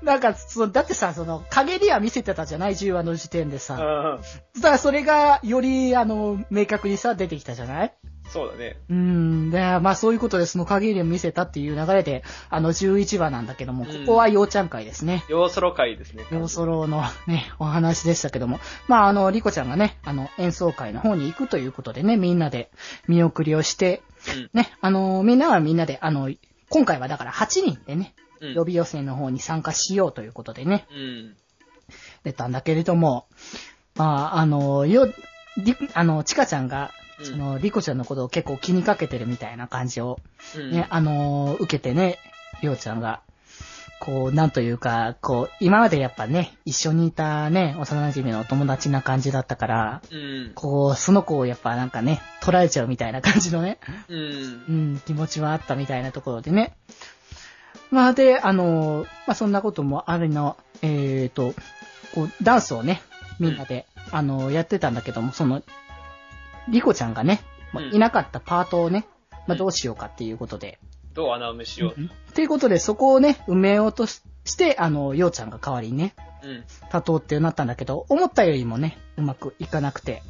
[SPEAKER 2] ぶ、なんか、そのだってさ、その、陰りは見せてたじゃない ?10 話の時点で
[SPEAKER 1] う
[SPEAKER 2] さ。
[SPEAKER 1] んうん。
[SPEAKER 2] だからそれが、より、あの、明確にさ、出てきたじゃない
[SPEAKER 1] そうだね。
[SPEAKER 2] うん。で、まあそういうことで、その陰りを見せたっていう流れで、あの、11話なんだけども、ここは陽ちゃん会ですね。
[SPEAKER 1] 要ソロ回ですね。
[SPEAKER 2] 陽ソロのね、お話でしたけども。まああの、リコちゃんがね、あの、演奏会の方に行くということでね、みんなで見送りをして、ね、あの、みんなはみんなで、あの、今回はだから8人でね、
[SPEAKER 1] うん。
[SPEAKER 2] 予備予選の方に参加しようということでね、
[SPEAKER 1] うん。
[SPEAKER 2] 出たんだけれども、まあ、あの、よ、り、あの、ちかちゃんが、
[SPEAKER 1] うん
[SPEAKER 2] その、リコちゃんのことを結構気にかけてるみたいな感じを、
[SPEAKER 1] うん。
[SPEAKER 2] ね、あの、受けてね、りょうちゃんが、こう、なんというか、こう、今までやっぱね、一緒にいたね、幼馴染のお友達な感じだったから、
[SPEAKER 1] うん。
[SPEAKER 2] こう、その子をやっぱなんかね、捉えちゃうみたいな感じのね、
[SPEAKER 1] うん
[SPEAKER 2] う。ん、気持ちはあったみたいなところでね。まあで、あの、まあそんなこともあるの、えっ、と、こう、ダンスをね、みんなで、あの、やってたんだけども、その、リコちゃんがね、まあ
[SPEAKER 1] うん
[SPEAKER 2] いなかったパートをね、ま
[SPEAKER 1] う
[SPEAKER 2] あ
[SPEAKER 1] ん
[SPEAKER 2] どうしようかっていうことで、
[SPEAKER 1] どう穴埋めしようと。
[SPEAKER 2] っていうことで、そこをね、埋めようとしして、あの、ようちゃんが代わりにね、
[SPEAKER 1] うん。
[SPEAKER 2] 立とうってなったんだけど、思ったよりもね、うまくいかなくて。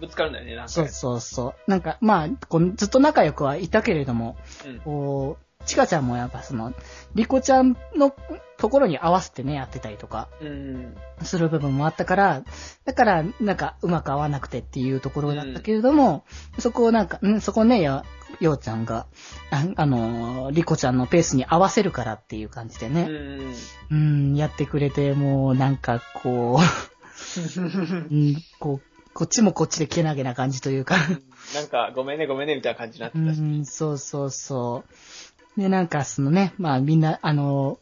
[SPEAKER 1] ぶつかるんだよね、なんか。
[SPEAKER 2] そうそうそう。なんか、まあ、こうずっと仲良くはいたけれども、
[SPEAKER 1] うん。
[SPEAKER 2] こう、チカちゃんもやっぱその、リコちゃんのところに合わせてね、やってたりとか
[SPEAKER 1] うん。
[SPEAKER 2] する部分もあったから、だから、なんか、うまく合わなくてっていうところだったけれども、そこをなんか、うん、そこをね、やようちゃんが、ああのー、リコちゃんのペースに合わせるからっていう感じで
[SPEAKER 1] う
[SPEAKER 2] ね、
[SPEAKER 1] ん。
[SPEAKER 2] うん、やってくれて、もうなんかこ *laughs* う、うん、こう、こっちもこっちでけなげな感じというか、
[SPEAKER 1] なんか、ごめんね、ごめんね、みたいな感じになっ
[SPEAKER 2] う
[SPEAKER 1] てたし。
[SPEAKER 2] ん、そうそうそう。で、なんかそのね、まあみんな、あの、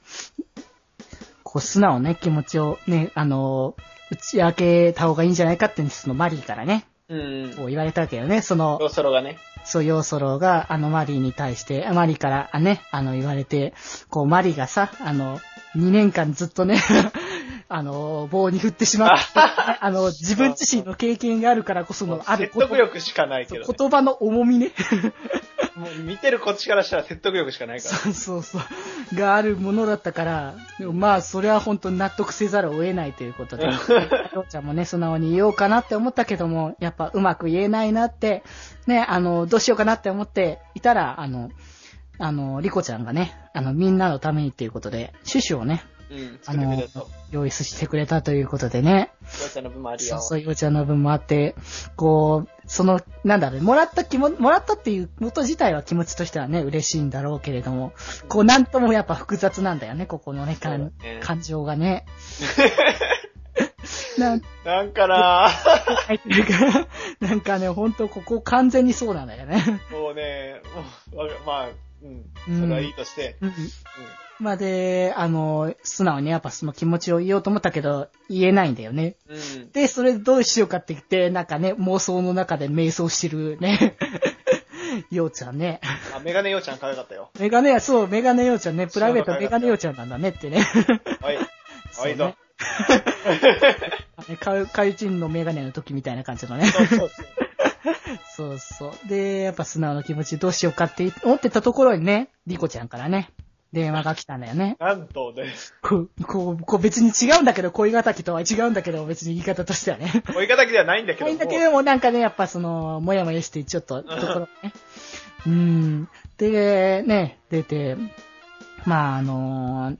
[SPEAKER 2] こう素直ね、気持ちをね、あの、打ち明けた方がいいんじゃないかって、そのマリーからね、
[SPEAKER 1] うん。
[SPEAKER 2] こう言われたわけよね。その、
[SPEAKER 1] ロソロがね。
[SPEAKER 2] そう、ヨーソロが、あの、マリーに対して、マリーから、あね、あの、言われて、こう、マリーがさ、あの、2年間ずっとね、 *laughs* あの、棒に振ってし
[SPEAKER 1] *laughs*
[SPEAKER 2] まった、ねあの、自分自身の経験があるからこその、ある
[SPEAKER 1] 説
[SPEAKER 2] こと
[SPEAKER 1] 得力しかないけど、ね。
[SPEAKER 2] 言葉の重みね。
[SPEAKER 1] もう見てるこっちからしたら説得力しかないから。
[SPEAKER 2] そうそうそう。があるものだったから、でもまあ、それは本当に納得せざるを得ないというこ
[SPEAKER 1] *laughs*
[SPEAKER 2] とで、りょうちゃんもね、素直に言おうかなって思ったけども、やっぱうまく言えないなって、ね、あの、どうしようかなって思っていたら、あの、あの、りこちゃんがね、あの、みんなのためにっていうことで、シュシュをね、
[SPEAKER 1] うん。
[SPEAKER 2] あ
[SPEAKER 1] 作ってく
[SPEAKER 2] の
[SPEAKER 1] れたと。、
[SPEAKER 2] 用意してくれたということでね、
[SPEAKER 1] ロちゃんの分もある
[SPEAKER 2] そ
[SPEAKER 1] よ
[SPEAKER 2] う。そう、りこちゃんの分もあって、こう、その、なんだろうね、もらった気も、もらったっていうこと自体は気持ちとしてはね、嬉しいんだろうけれども、こう、なんともやっぱ複雑なんだよね、ここのね、
[SPEAKER 1] そう
[SPEAKER 2] 感
[SPEAKER 1] だね
[SPEAKER 2] 感情がね。なん
[SPEAKER 1] なんかな
[SPEAKER 2] 入ってるから、なんかね、ほんとここ完全にそうなんだよね。
[SPEAKER 1] もうね、もうわか、まあ、うん。
[SPEAKER 2] うん
[SPEAKER 1] それはいいとして。
[SPEAKER 2] まあで、あの、素直にやっぱその気持ちを言おうと思ったけど、言えないんだよね。
[SPEAKER 1] うん。うん。
[SPEAKER 2] で、それでどうしようかって言って、なんかね、妄想の中で瞑想してるね。 *laughs* ようちゃんね。
[SPEAKER 1] あ、メガネようちゃん可愛かったよ。
[SPEAKER 2] メガネ、そう、メガネようちゃんね。プライベートメガネようちゃんなんだねってね。 *laughs*
[SPEAKER 1] はい。可愛いぞ。 *laughs*
[SPEAKER 2] ねカウ、カウチンのメガネの時みたいな感じの
[SPEAKER 1] *laughs*
[SPEAKER 2] ね。
[SPEAKER 1] そうそうそう。
[SPEAKER 2] そうそう。で、やっぱ素直な気持ちどうしようかって思ってたところにね、リコちゃんからね、電話が来たんだよね。
[SPEAKER 1] なんとね、
[SPEAKER 2] こう、こう、こう別に違うんだけど、恋敵とは違うんだけど、別に言い方としてはね。
[SPEAKER 1] 追い方ではないんだけども。
[SPEAKER 2] ないんだけども、なんかね、やっぱその、もやもやして、ちょっと、ところね。うーん。で、ね、出て、まあ、あのー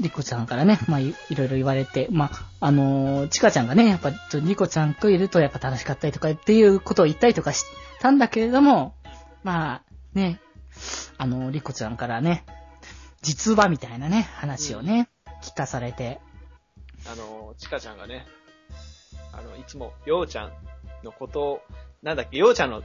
[SPEAKER 2] リコちゃんからね、まあ、いいろいろ言われて、まあ、あのーチカちゃんがね、やっぱ、ちょリコちゃんといるとやっぱ楽しかったりとかっていうことを言ったりとかしたんだけれども、まあ、ね、あのーリコちゃんからね、実はみたいなね、話をね、聞かされて、
[SPEAKER 1] あの、ちかちゃんがね、あの、いつも、ようちゃんのことを、なんだっけ、ようちゃんの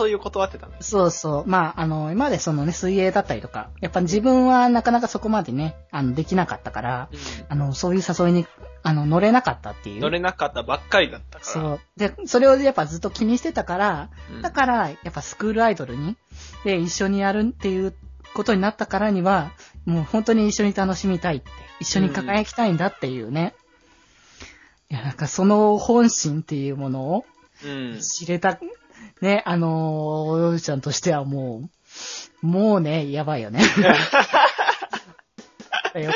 [SPEAKER 1] 誘いを断ってたんだよ。
[SPEAKER 2] そうそう。まあ、あの、今までそのね、水泳だったりとか、やっぱ自分はなかなかそこまでね、あの、できなかったから、あの、そういう誘いに、あの、乗れなかったっていう。
[SPEAKER 1] 乗れなかったばっかりだったから。
[SPEAKER 2] そう。で、それをやっぱずっと気にしてたから、
[SPEAKER 1] うん
[SPEAKER 2] だから、やっぱスクールアイドルに、で、一緒にやるっていうことになったからには、もう本当に一緒に楽しみたいって、一緒に輝きたいんだっていうね。いや、なんかその本心っていうものを、
[SPEAKER 1] うん。
[SPEAKER 2] 知れた、ね、あのー、およちゃんとしてはもう、もうね、やばい
[SPEAKER 1] *laughs*
[SPEAKER 2] よね。だよ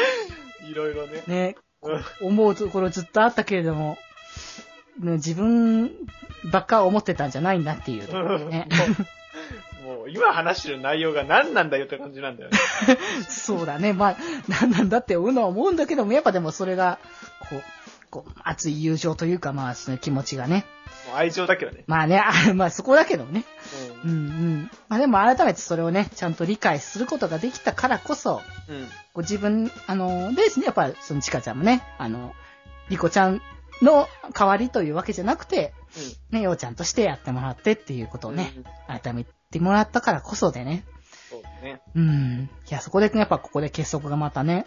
[SPEAKER 1] いろいろね。 *laughs*
[SPEAKER 2] ね、
[SPEAKER 1] うん
[SPEAKER 2] 思うところずっとあったけれども、ね、自分ばっか思ってたんじゃないんだっていうところね。
[SPEAKER 1] もう、もう今話してる内容が何なんだよって感じなんだよね。
[SPEAKER 2] そうだね、まあ、なんなんだって思うのは思うんだけども、やっぱでもそれが、こう、こう熱い友情というか、まあ、その気持ちがね。
[SPEAKER 1] もう愛情だけどね。
[SPEAKER 2] まあね、あまあそこだけどね。
[SPEAKER 1] う。
[SPEAKER 2] うんんうん。まあでも改めてそれをね、ちゃんと理解することができたからこそ、
[SPEAKER 1] うん。
[SPEAKER 2] ご自分、あの、で、やっぱ、その、ちかちゃんもね、あの、りこちゃんの代わりというわけじゃなくて、ね、ようちゃんとしてやってもらってっていうこと
[SPEAKER 1] う
[SPEAKER 2] を
[SPEAKER 1] ん。
[SPEAKER 2] ね、
[SPEAKER 1] うん。
[SPEAKER 2] 改めてもらったからこそでね。
[SPEAKER 1] そうだね。
[SPEAKER 2] うん。いや、そこで、やっぱここで結束がまたね、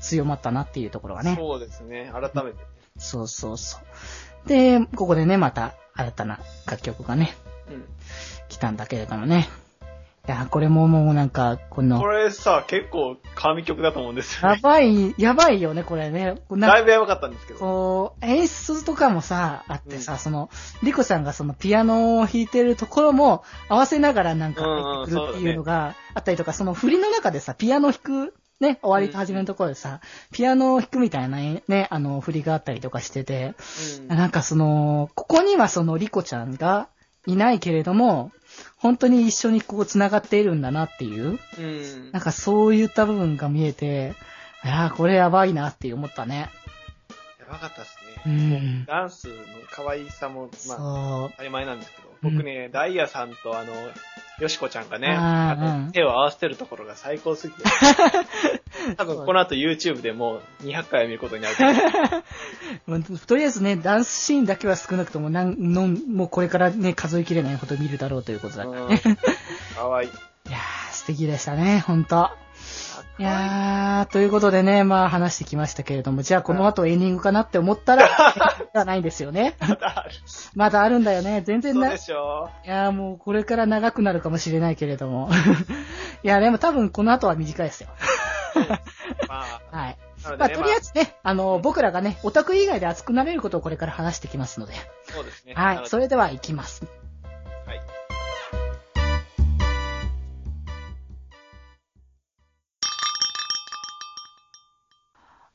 [SPEAKER 2] 強まったなっていうところがね。
[SPEAKER 1] そうですね。改めて。
[SPEAKER 2] そうそうそう。で、ここでね、また、新たな楽曲がね、
[SPEAKER 1] うん。
[SPEAKER 2] 来たんだけれどもね。や、これももうなんか、こ
[SPEAKER 1] こ
[SPEAKER 2] の、
[SPEAKER 1] れさ、結構神曲だと思うんですよ
[SPEAKER 2] や
[SPEAKER 1] ね。
[SPEAKER 2] ばい、やばいよね、これね。なんか
[SPEAKER 1] だいぶやばかったんですけど。
[SPEAKER 2] こう、演出とかもさ、あってさ、
[SPEAKER 1] うん
[SPEAKER 2] その、リコさんがそのピアノを弾いてるところも合わせながらなんか入ってくるっていうのがあったりとか、その振りの中でさ、ピアノ弾く、ね、終わりと始めのところでさ、ピアノを弾くみたいなね、あの、振りがあったりとかしてて、
[SPEAKER 1] うん
[SPEAKER 2] なんかその、ここにはそのリコちゃんがいないけれども、本当に一緒にこう繋がっているんだなっていう、
[SPEAKER 1] うん
[SPEAKER 2] なんかそういった部分が見えて、いやーこれやばいなって思ったね。
[SPEAKER 1] やばかったです
[SPEAKER 2] う
[SPEAKER 1] ね。
[SPEAKER 2] ん。
[SPEAKER 1] ダンスの可愛さも、まあ、
[SPEAKER 2] そ
[SPEAKER 1] 当たり前なんですけど、
[SPEAKER 2] うん
[SPEAKER 1] 僕ね、ダイヤさんとあの、よしこちゃんがね、
[SPEAKER 2] あー
[SPEAKER 1] あ
[SPEAKER 2] うん
[SPEAKER 1] の手を合わせてるところが最高
[SPEAKER 2] *laughs*
[SPEAKER 1] すぎて、多分この後 YouTube でもう200回は見る
[SPEAKER 2] *laughs*
[SPEAKER 1] ことになると思う。
[SPEAKER 2] うまあ。とりあえずね、ダンスシーンだけは少なくとも、なんのんもうこれからね、数えきれないほど見るだろうということだから。
[SPEAKER 1] うん可愛い。
[SPEAKER 2] いやー、素敵でしたね、ほんと。い
[SPEAKER 1] 可愛い
[SPEAKER 2] やー、ということでね、まあ話してきましたけれども、じゃあこの後エンディングかなって思ったら、
[SPEAKER 1] *laughs*
[SPEAKER 2] じゃないんですよね。
[SPEAKER 1] まだある
[SPEAKER 2] まだあるんだよね、全然
[SPEAKER 1] そう
[SPEAKER 2] な、
[SPEAKER 1] で
[SPEAKER 2] い
[SPEAKER 1] しょ
[SPEAKER 2] やーもうこれから長くなるかもしれないけれども。 *laughs* いや、でも多分この後は短いですよ。
[SPEAKER 1] まあ、
[SPEAKER 2] はい。
[SPEAKER 1] なの
[SPEAKER 2] まあ
[SPEAKER 1] でね、
[SPEAKER 2] と
[SPEAKER 1] ま
[SPEAKER 2] りあえ
[SPEAKER 1] あ、
[SPEAKER 2] ずね、あの、僕らがね、オタク以外で熱くなれることをこれから話してきますので。
[SPEAKER 1] そうですね。な
[SPEAKER 2] は
[SPEAKER 1] の
[SPEAKER 2] い、
[SPEAKER 1] で
[SPEAKER 2] それでは行きます。
[SPEAKER 1] はい。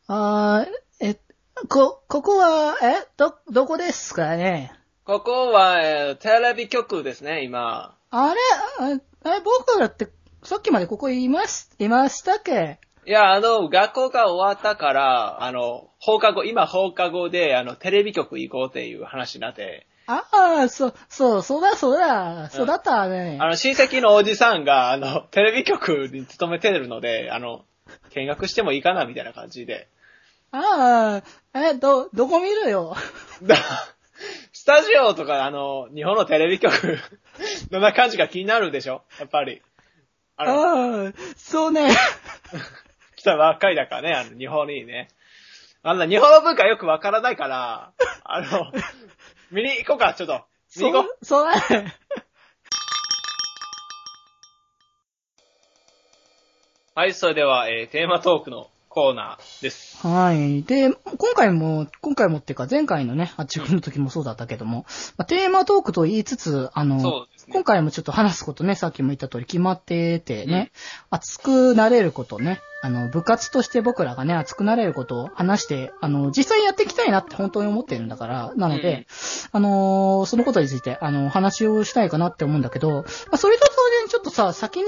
[SPEAKER 2] あー、え、こ、ここは、え、ど、どこですかね
[SPEAKER 1] ここは、えーテレビ局ですね、今。
[SPEAKER 2] あれあえ、僕らって、さっきまでここいまし、いましたっけ
[SPEAKER 1] いや、あの、学校が終わったから、あの、放課後、今放課後で、あの、テレビ局行こうっていう話になって、
[SPEAKER 2] ああ、そう、そう、そうだ、そうだ、そうだったね。
[SPEAKER 1] あの、親戚のおじさんが、あの、 *laughs* テレビ局に勤めてるので、あの、見学してもいいかな、みたいな感じで。
[SPEAKER 2] ああ、え、ど、どこ見るよ。
[SPEAKER 1] だスタジオとか、あの、日本のテレビ局、 *laughs* どんな感じが気になるでしょやっぱり。あの、
[SPEAKER 2] ああ、そうね。
[SPEAKER 1] 来たばっかりだからね、あの、日本にね。あんな日本の文化よくわからないから、あ
[SPEAKER 2] *laughs*
[SPEAKER 1] の、見に行こうか、ちょっと。見
[SPEAKER 2] そ
[SPEAKER 1] に行こう
[SPEAKER 2] う、。そうだね。
[SPEAKER 1] はい、それでは、えーテーマトークのコーナーです。
[SPEAKER 2] はい。で、今回も、今回もっていうか、前回のね、あっちの時もそうだったけども、まあ、テーマトークと言いつつ、あの、
[SPEAKER 1] そうですね
[SPEAKER 2] 今回もちょっと話すことね、さっきも言った通り決まっててね、熱くなれることね、あの、部活として僕らがね、熱くなれることを話して、あの、実際にやっていきたいなって本当に思ってるんだから、なので、
[SPEAKER 1] うん
[SPEAKER 2] あのーそのことについて、あの、お話をしたいかなって思うんだけど、まあ、それと当然ちょっとさ、先に、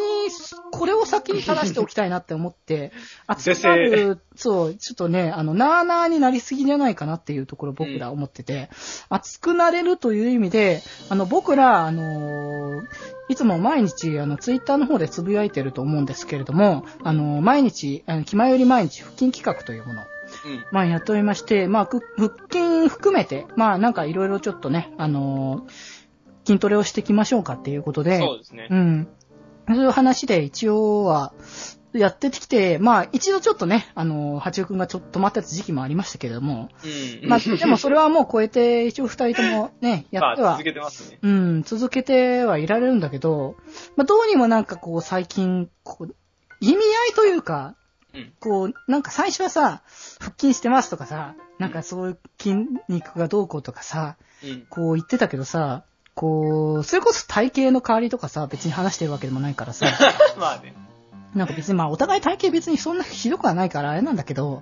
[SPEAKER 2] これを先に話しておきたいなって思って、熱くなる、そう、ちょっとね、あの、なーなーになりすぎじゃないかなっていうところ僕ら思ってて、熱くなれるという意味で、あの、僕ら、あのーいつも毎日、あの、ツイッターの方でつぶやいてると思うんですけれども、あの、毎日、あの、気前より毎日、腹筋企画というものを
[SPEAKER 1] うん。
[SPEAKER 2] まあ、やっておりまして、まあ、く腹筋含めて、まあ、なんかいろいろちょっとね、あのー筋トレをしていきましょうかっていうことで、
[SPEAKER 1] そうですね。
[SPEAKER 2] うん。そういう話で一応は、やってきて、まあ、一度ちょっとね、あのー、八尾くんがちょっと止まってた時期もありましたけれども、
[SPEAKER 1] うん。
[SPEAKER 2] まあ、でもそれはもう超えて、一応二人ともね、やっ
[SPEAKER 1] *laughs*
[SPEAKER 2] て
[SPEAKER 1] まあ
[SPEAKER 2] は
[SPEAKER 1] 続、けてますね。
[SPEAKER 2] うん、続けてはいられるんだけど、まあ、どうにもなんかこう、最近、こう、意味合いというか、
[SPEAKER 1] うん。
[SPEAKER 2] こう、なんか最初はさ、腹筋してますとかさ、なんかそういう筋肉がどうこうとかさ、
[SPEAKER 1] うん。
[SPEAKER 2] こう言ってたけどさ、こう、それこそ体型の変わりとかさ、別に話してるわけでもないか
[SPEAKER 1] *laughs*
[SPEAKER 2] らさ、
[SPEAKER 1] *laughs* まあね。
[SPEAKER 2] なんか別にまあお互い体型別にそんなひどくはないからあれなんだけど、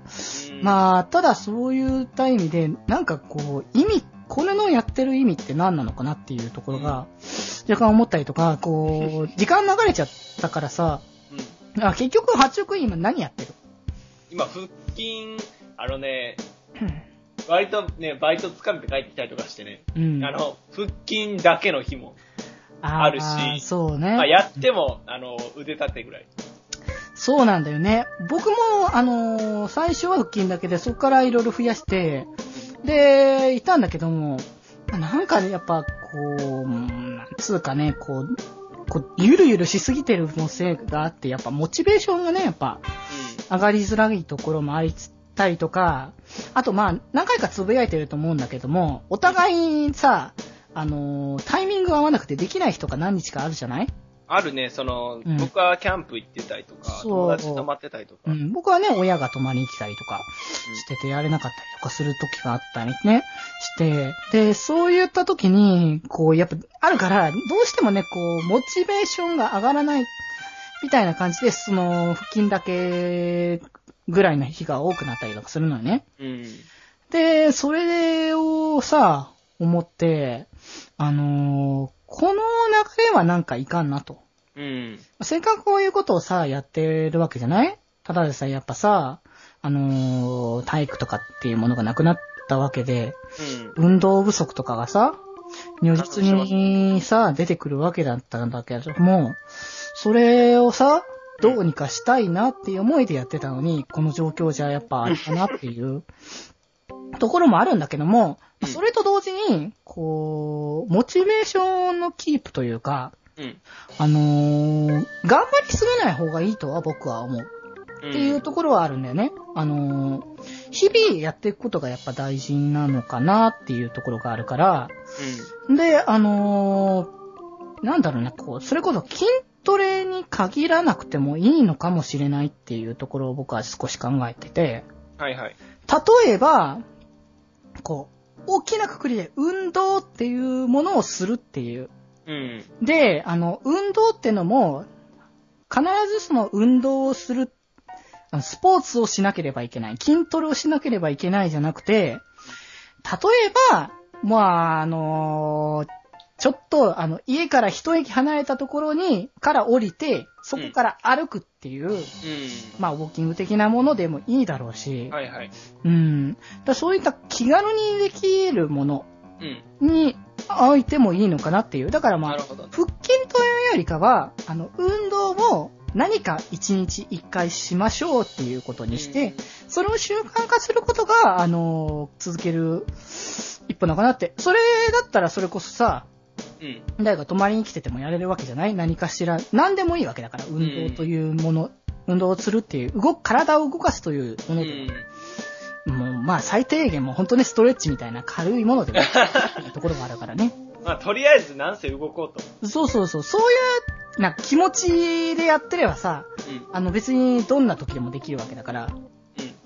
[SPEAKER 1] うん
[SPEAKER 2] まあ、ただそういった意味で、なんかこう、意味、これのやってる意味って何なのかなっていうところが、若干思ったりとか、こう、時間流れちゃったからさ、
[SPEAKER 1] うん
[SPEAKER 2] あ結局、八億今何やってる
[SPEAKER 1] 今、腹筋、あのね、割とね、バイト掴んで帰ってきたりとかしてね、
[SPEAKER 2] うん。
[SPEAKER 1] あの、腹筋だけの日も、
[SPEAKER 2] あー
[SPEAKER 1] あるし
[SPEAKER 2] そうね、
[SPEAKER 1] まあ、やっても、あの、腕立てぐらい。
[SPEAKER 2] そうなんだよね。僕も、あのー最初は腹筋だけで、そこからいろいろ増やして、で、いたんだけども、なんかね、やっぱ、こう、うんなんつうかね、こう、こうゆるゆるしすぎてるのせいがあって、やっぱモチベーションがね、やっぱ上がりづらいところもありつたりとか、あとまあ、何回かつぶやいてると思うんだけども、お互いさ、あのータイミングが合わなくてできない人が何日かあるじゃない
[SPEAKER 1] うん。あるね、その、
[SPEAKER 2] うん
[SPEAKER 1] 僕はキャンプ行ってたりとか、
[SPEAKER 2] そう
[SPEAKER 1] 友達と泊まってたりとか。
[SPEAKER 2] う。ん、僕はね、親が泊まりに来たりとかしてて、やれなかったりとかする時があったりね、して、で、そういった時に、こう、やっぱ、あるから、どうしてもね、こう、モチベーションが上がらない、みたいな感じで、その、腹筋だけ、ぐらいの日が多くなったりとかするのよね。
[SPEAKER 1] うん。
[SPEAKER 2] で、それをさ、思って、あのーこの流れはなんかいかんなと。
[SPEAKER 1] うん。
[SPEAKER 2] せっかくこういうことをさ、やってるわけじゃないただでさ、やっぱさ、あのー体育とかっていうものがなくなったわけで、
[SPEAKER 1] うん。
[SPEAKER 2] 運動不足とかがさ、如実にさ、出てくるわけだったんだけども、それをさ、どうにかしたいなっていう思いでやってたのに、この状況じゃやっぱあれかなっていう *laughs* ところもあるんだけども
[SPEAKER 1] う、ん
[SPEAKER 2] それと同時に、こう、モチベーションのキープというか、
[SPEAKER 1] うん。
[SPEAKER 2] あのー頑張りすぎない方がいいとは僕は思う。っていうところはあるんだよね。あのー日々やっていくことがやっぱ大事なのかなっていうところがあるから、で、あのーなんだろうな、こう、それこそ筋トレに限らなくてもいいのかもしれないっていうところを僕は少し考えてて、
[SPEAKER 1] うん。はいはい。
[SPEAKER 2] 例えば、こう、大きな括りで運動っていうものをするっていう
[SPEAKER 1] うん。
[SPEAKER 2] で、あの、運動ってのも、必ずその運動をする、あのスポーツをしなければいけない、筋トレをしなければいけないじゃなくて、例えば、まあ、あのちょっと、あの、家から一駅離れたところに、から降りて、そこから歩くっていう、まあ、ウォーキング的なものでもいいだろう
[SPEAKER 1] う
[SPEAKER 2] し、
[SPEAKER 1] ん。はいはい。
[SPEAKER 2] うん。だからそういった気軽にできるもの
[SPEAKER 1] うん。
[SPEAKER 2] に、置いてもいいのかなっていう。だからまあ
[SPEAKER 1] な、るほどね。
[SPEAKER 2] 腹筋というよりかは、あの、運動を何か1日1回しましょうっていうことにして、それを習慣化することが、あの、続ける一歩なのかなって。それだったらそれこそさ、
[SPEAKER 1] うん。うん。
[SPEAKER 2] 誰か泊まりに来ててもやれるわけじゃない何かしら、何でもいいわけだから、運動というもの、運動をするっていう、動く、体を動かすという
[SPEAKER 1] う
[SPEAKER 2] もので、
[SPEAKER 1] ん。
[SPEAKER 2] もう、まあ、最低限もう本当にストレッチみたいな軽いも *laughs* のでもいいっていうところがあるからね。
[SPEAKER 1] まあ、とりあえずなんせ動こうと。
[SPEAKER 2] そうそうそう。そういう、なんか気持ちでやってればさ、
[SPEAKER 1] うん。
[SPEAKER 2] あの別にどんな時でもできるわけだから。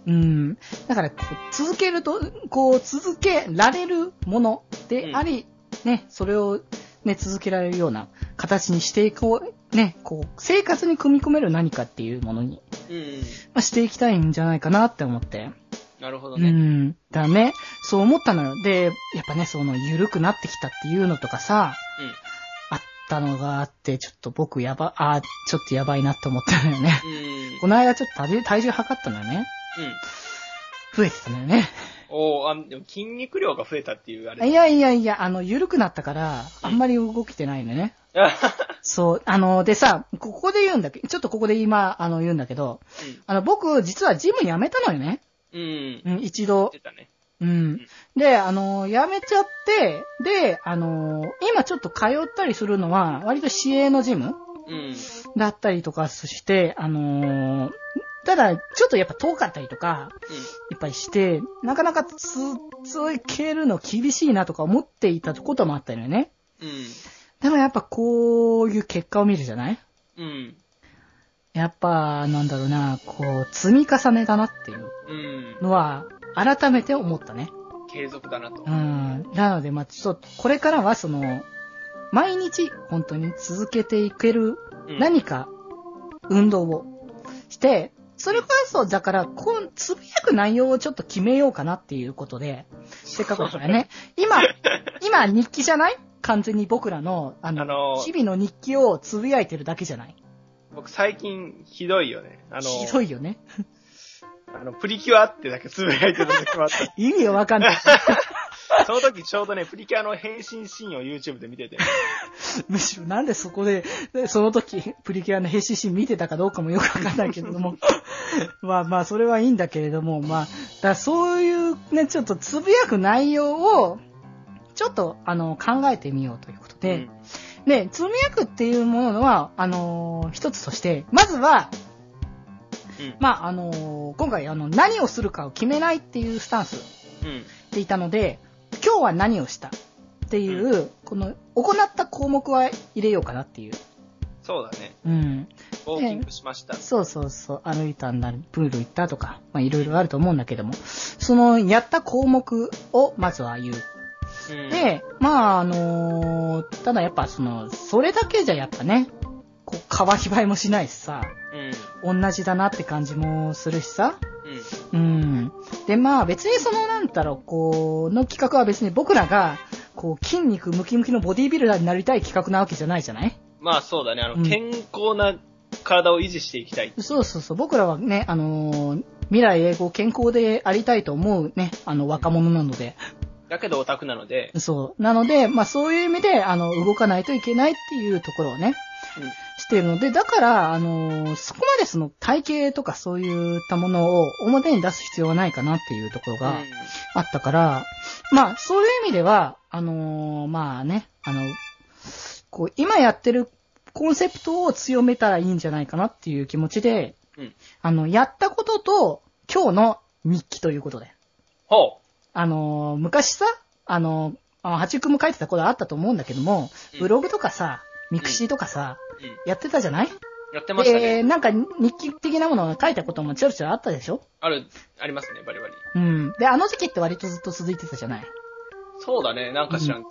[SPEAKER 1] うん。
[SPEAKER 2] うん。だからこう、続けると、こう、続けられるものであり、ね、それをね、続けられるような形にしていこう、ね、こう、生活に組み込める何かっていうものに、
[SPEAKER 1] うん。
[SPEAKER 2] まあ、していきたいんじゃないかなって思って。
[SPEAKER 1] なるほど
[SPEAKER 2] う
[SPEAKER 1] ね。
[SPEAKER 2] ん。だね。そう思ったのよ。で、やっぱね、その、緩くなってきたっていうのとかさ、あったのがあって、ちょっと僕やば、あーちょっとやばいなって思ったのよね。
[SPEAKER 1] うん。うん。
[SPEAKER 2] この間ちょっと体重体重測ったのよね。
[SPEAKER 1] うん。
[SPEAKER 2] 増えてたのよね。
[SPEAKER 1] おおあ、でも筋肉量が増えたっていうあれ。
[SPEAKER 2] いやいやいや、あの、緩くなったから、あんまり動けてないのよね。そう、あの、でさ、ここで言うんだけど、ちょっとここで今、あの、言うんだけど、あの、僕、実はジムやめたのよね。
[SPEAKER 1] うん。うん。
[SPEAKER 2] うん、一度
[SPEAKER 1] 出。たね。
[SPEAKER 2] うん。で、あの、やめちゃって、で、あの、今ちょっと通ったりするのは、割と市営のジム
[SPEAKER 1] うん。
[SPEAKER 2] だったりとかして、あのーただ、ちょっとやっぱ遠かったりとか、やっぱりして、なかなか続けるの厳しいなとか思っていたこともあったのよね。
[SPEAKER 1] うん。
[SPEAKER 2] でもやっぱこういう結果を見るじゃない
[SPEAKER 1] うん。
[SPEAKER 2] やっぱ、なんだろうな、こう、積み重ねだなっていう
[SPEAKER 1] うん。
[SPEAKER 2] のは、改めて思ったね。
[SPEAKER 1] 継続だなと
[SPEAKER 2] う。ん。なので、まあ、ちょっと、これからはその、毎日、本当に続けていける
[SPEAKER 1] うん
[SPEAKER 2] 何か運動をして、それこそ、だから、こう、つぶやく内容をちょっと決めようかなっていうことで、せっかくだからね。今、
[SPEAKER 1] *laughs*
[SPEAKER 2] 今、日記じゃない完全に僕らの、あの、
[SPEAKER 1] あのー
[SPEAKER 2] 日々の日記をつぶやいてるだけじゃない。
[SPEAKER 1] 僕最近ひどいよね。あの、
[SPEAKER 2] ひどいよね。
[SPEAKER 1] あの、プリキュアってだけつぶやいてる時も *laughs* あった。
[SPEAKER 2] 意味がわかんない。
[SPEAKER 1] その時ちょうどね、プリキュアの変身シーンを YouTube で見てて。
[SPEAKER 2] むしろ *laughs* なんでそこで、その時、プリキュアの変身シーン見てたかどうかもよくわかんないけれども。まあまあ、それはいいんだけれども、まあ、だからそういうね、ちょっとつぶやく内容を、ちょっと、あの、考えてみようということで、で、つぶやくっていうものは、あのー一つとして、まずは、
[SPEAKER 1] うん
[SPEAKER 2] まあ、あのー今回、あの、何をするかを決めないっていうスタンス
[SPEAKER 1] うん。うん。
[SPEAKER 2] っていたので、今日は何をしたっていう、この、行った項目は入れようかなっていう
[SPEAKER 1] そうだね。
[SPEAKER 2] うん。
[SPEAKER 1] ウォーキングしました。
[SPEAKER 2] そうそうそう、歩いたんだ、プール行ったとか、まあいろいろあると思うんだけども、その、やった項目をまずは言う。
[SPEAKER 1] うん、
[SPEAKER 2] で、まああのーただやっぱその、それだけじゃやっぱね、こう、皮芝居もしないしさ、
[SPEAKER 1] うん。
[SPEAKER 2] 同じだなって感じもするしさ、
[SPEAKER 1] うん。
[SPEAKER 2] うん。で、まあ別にその、なんだろう、こう、の企画は別に僕らが、こう、筋肉ムキムキのボディービルダーになりたい企画なわけじゃないじゃない
[SPEAKER 1] まあそうだね。あ
[SPEAKER 2] う
[SPEAKER 1] の、
[SPEAKER 2] ん
[SPEAKER 1] 健康な体を維持していきたい。
[SPEAKER 2] そうそうそう、僕らはね、あのー未来英語健康でありたいと思うね、あの、若者なので。
[SPEAKER 1] だけどオタクなので、
[SPEAKER 2] そう。なので、まあそういう意味で、あの、動かないといけないっていうところをね、
[SPEAKER 1] うん
[SPEAKER 2] しているので、だから、あのーそこまでその体型とかそういったものを表に出す必要はないかなっていうところが、あったから、まあ、そういう意味では、あのーまあね、あの、こう、今やってるコンセプトを強めたらいいんじゃないかなっていう気持ちで、
[SPEAKER 1] うん
[SPEAKER 2] あの、やったことと、今日の日記ということで。
[SPEAKER 1] ほ
[SPEAKER 2] あのー昔さ、あのー、あの八九も書いてたことあったと思うんだけども、
[SPEAKER 1] うん
[SPEAKER 2] ブログとかさ、ミクシーとかさ、
[SPEAKER 1] う、うん。
[SPEAKER 2] やってたじゃない
[SPEAKER 1] やってました
[SPEAKER 2] で
[SPEAKER 1] ね。
[SPEAKER 2] なんか日記的なものが書いたこともちょろちょろあったでしょ
[SPEAKER 1] ある、ありますね、バリバリ。
[SPEAKER 2] うん。で、あの時期って割とずっと続いてたじゃない
[SPEAKER 1] そうだね、なんか知らんけ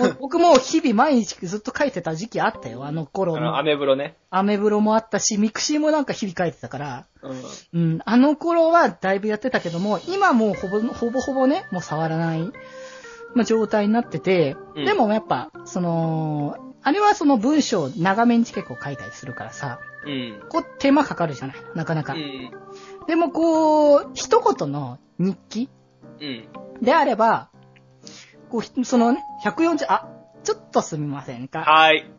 [SPEAKER 1] ど。
[SPEAKER 2] もう *laughs* 僕も日々毎日ずっと書いてた時期あったよ。あの頃
[SPEAKER 1] あの、
[SPEAKER 2] の
[SPEAKER 1] ア。メブロね。
[SPEAKER 2] アメブロもあったし、ミクシーもなんか日々書いてたから。
[SPEAKER 1] うん。
[SPEAKER 2] うん。あの頃はだいぶやってたけども、今もうほぼ、ほぼほぼね、もう触らない、まあ、状態になってて、
[SPEAKER 1] うん
[SPEAKER 2] でもやっぱ、その、あれはその文章を長めに結構書いたりするからさ、
[SPEAKER 1] うん。
[SPEAKER 2] こう手間かかるじゃないなかな
[SPEAKER 1] う
[SPEAKER 2] か。
[SPEAKER 1] ん。
[SPEAKER 2] でもこう、一言の日記
[SPEAKER 1] うん。
[SPEAKER 2] であれば、こうひ、そのね、140、あ、ちょっとすみませんか。
[SPEAKER 1] はーい。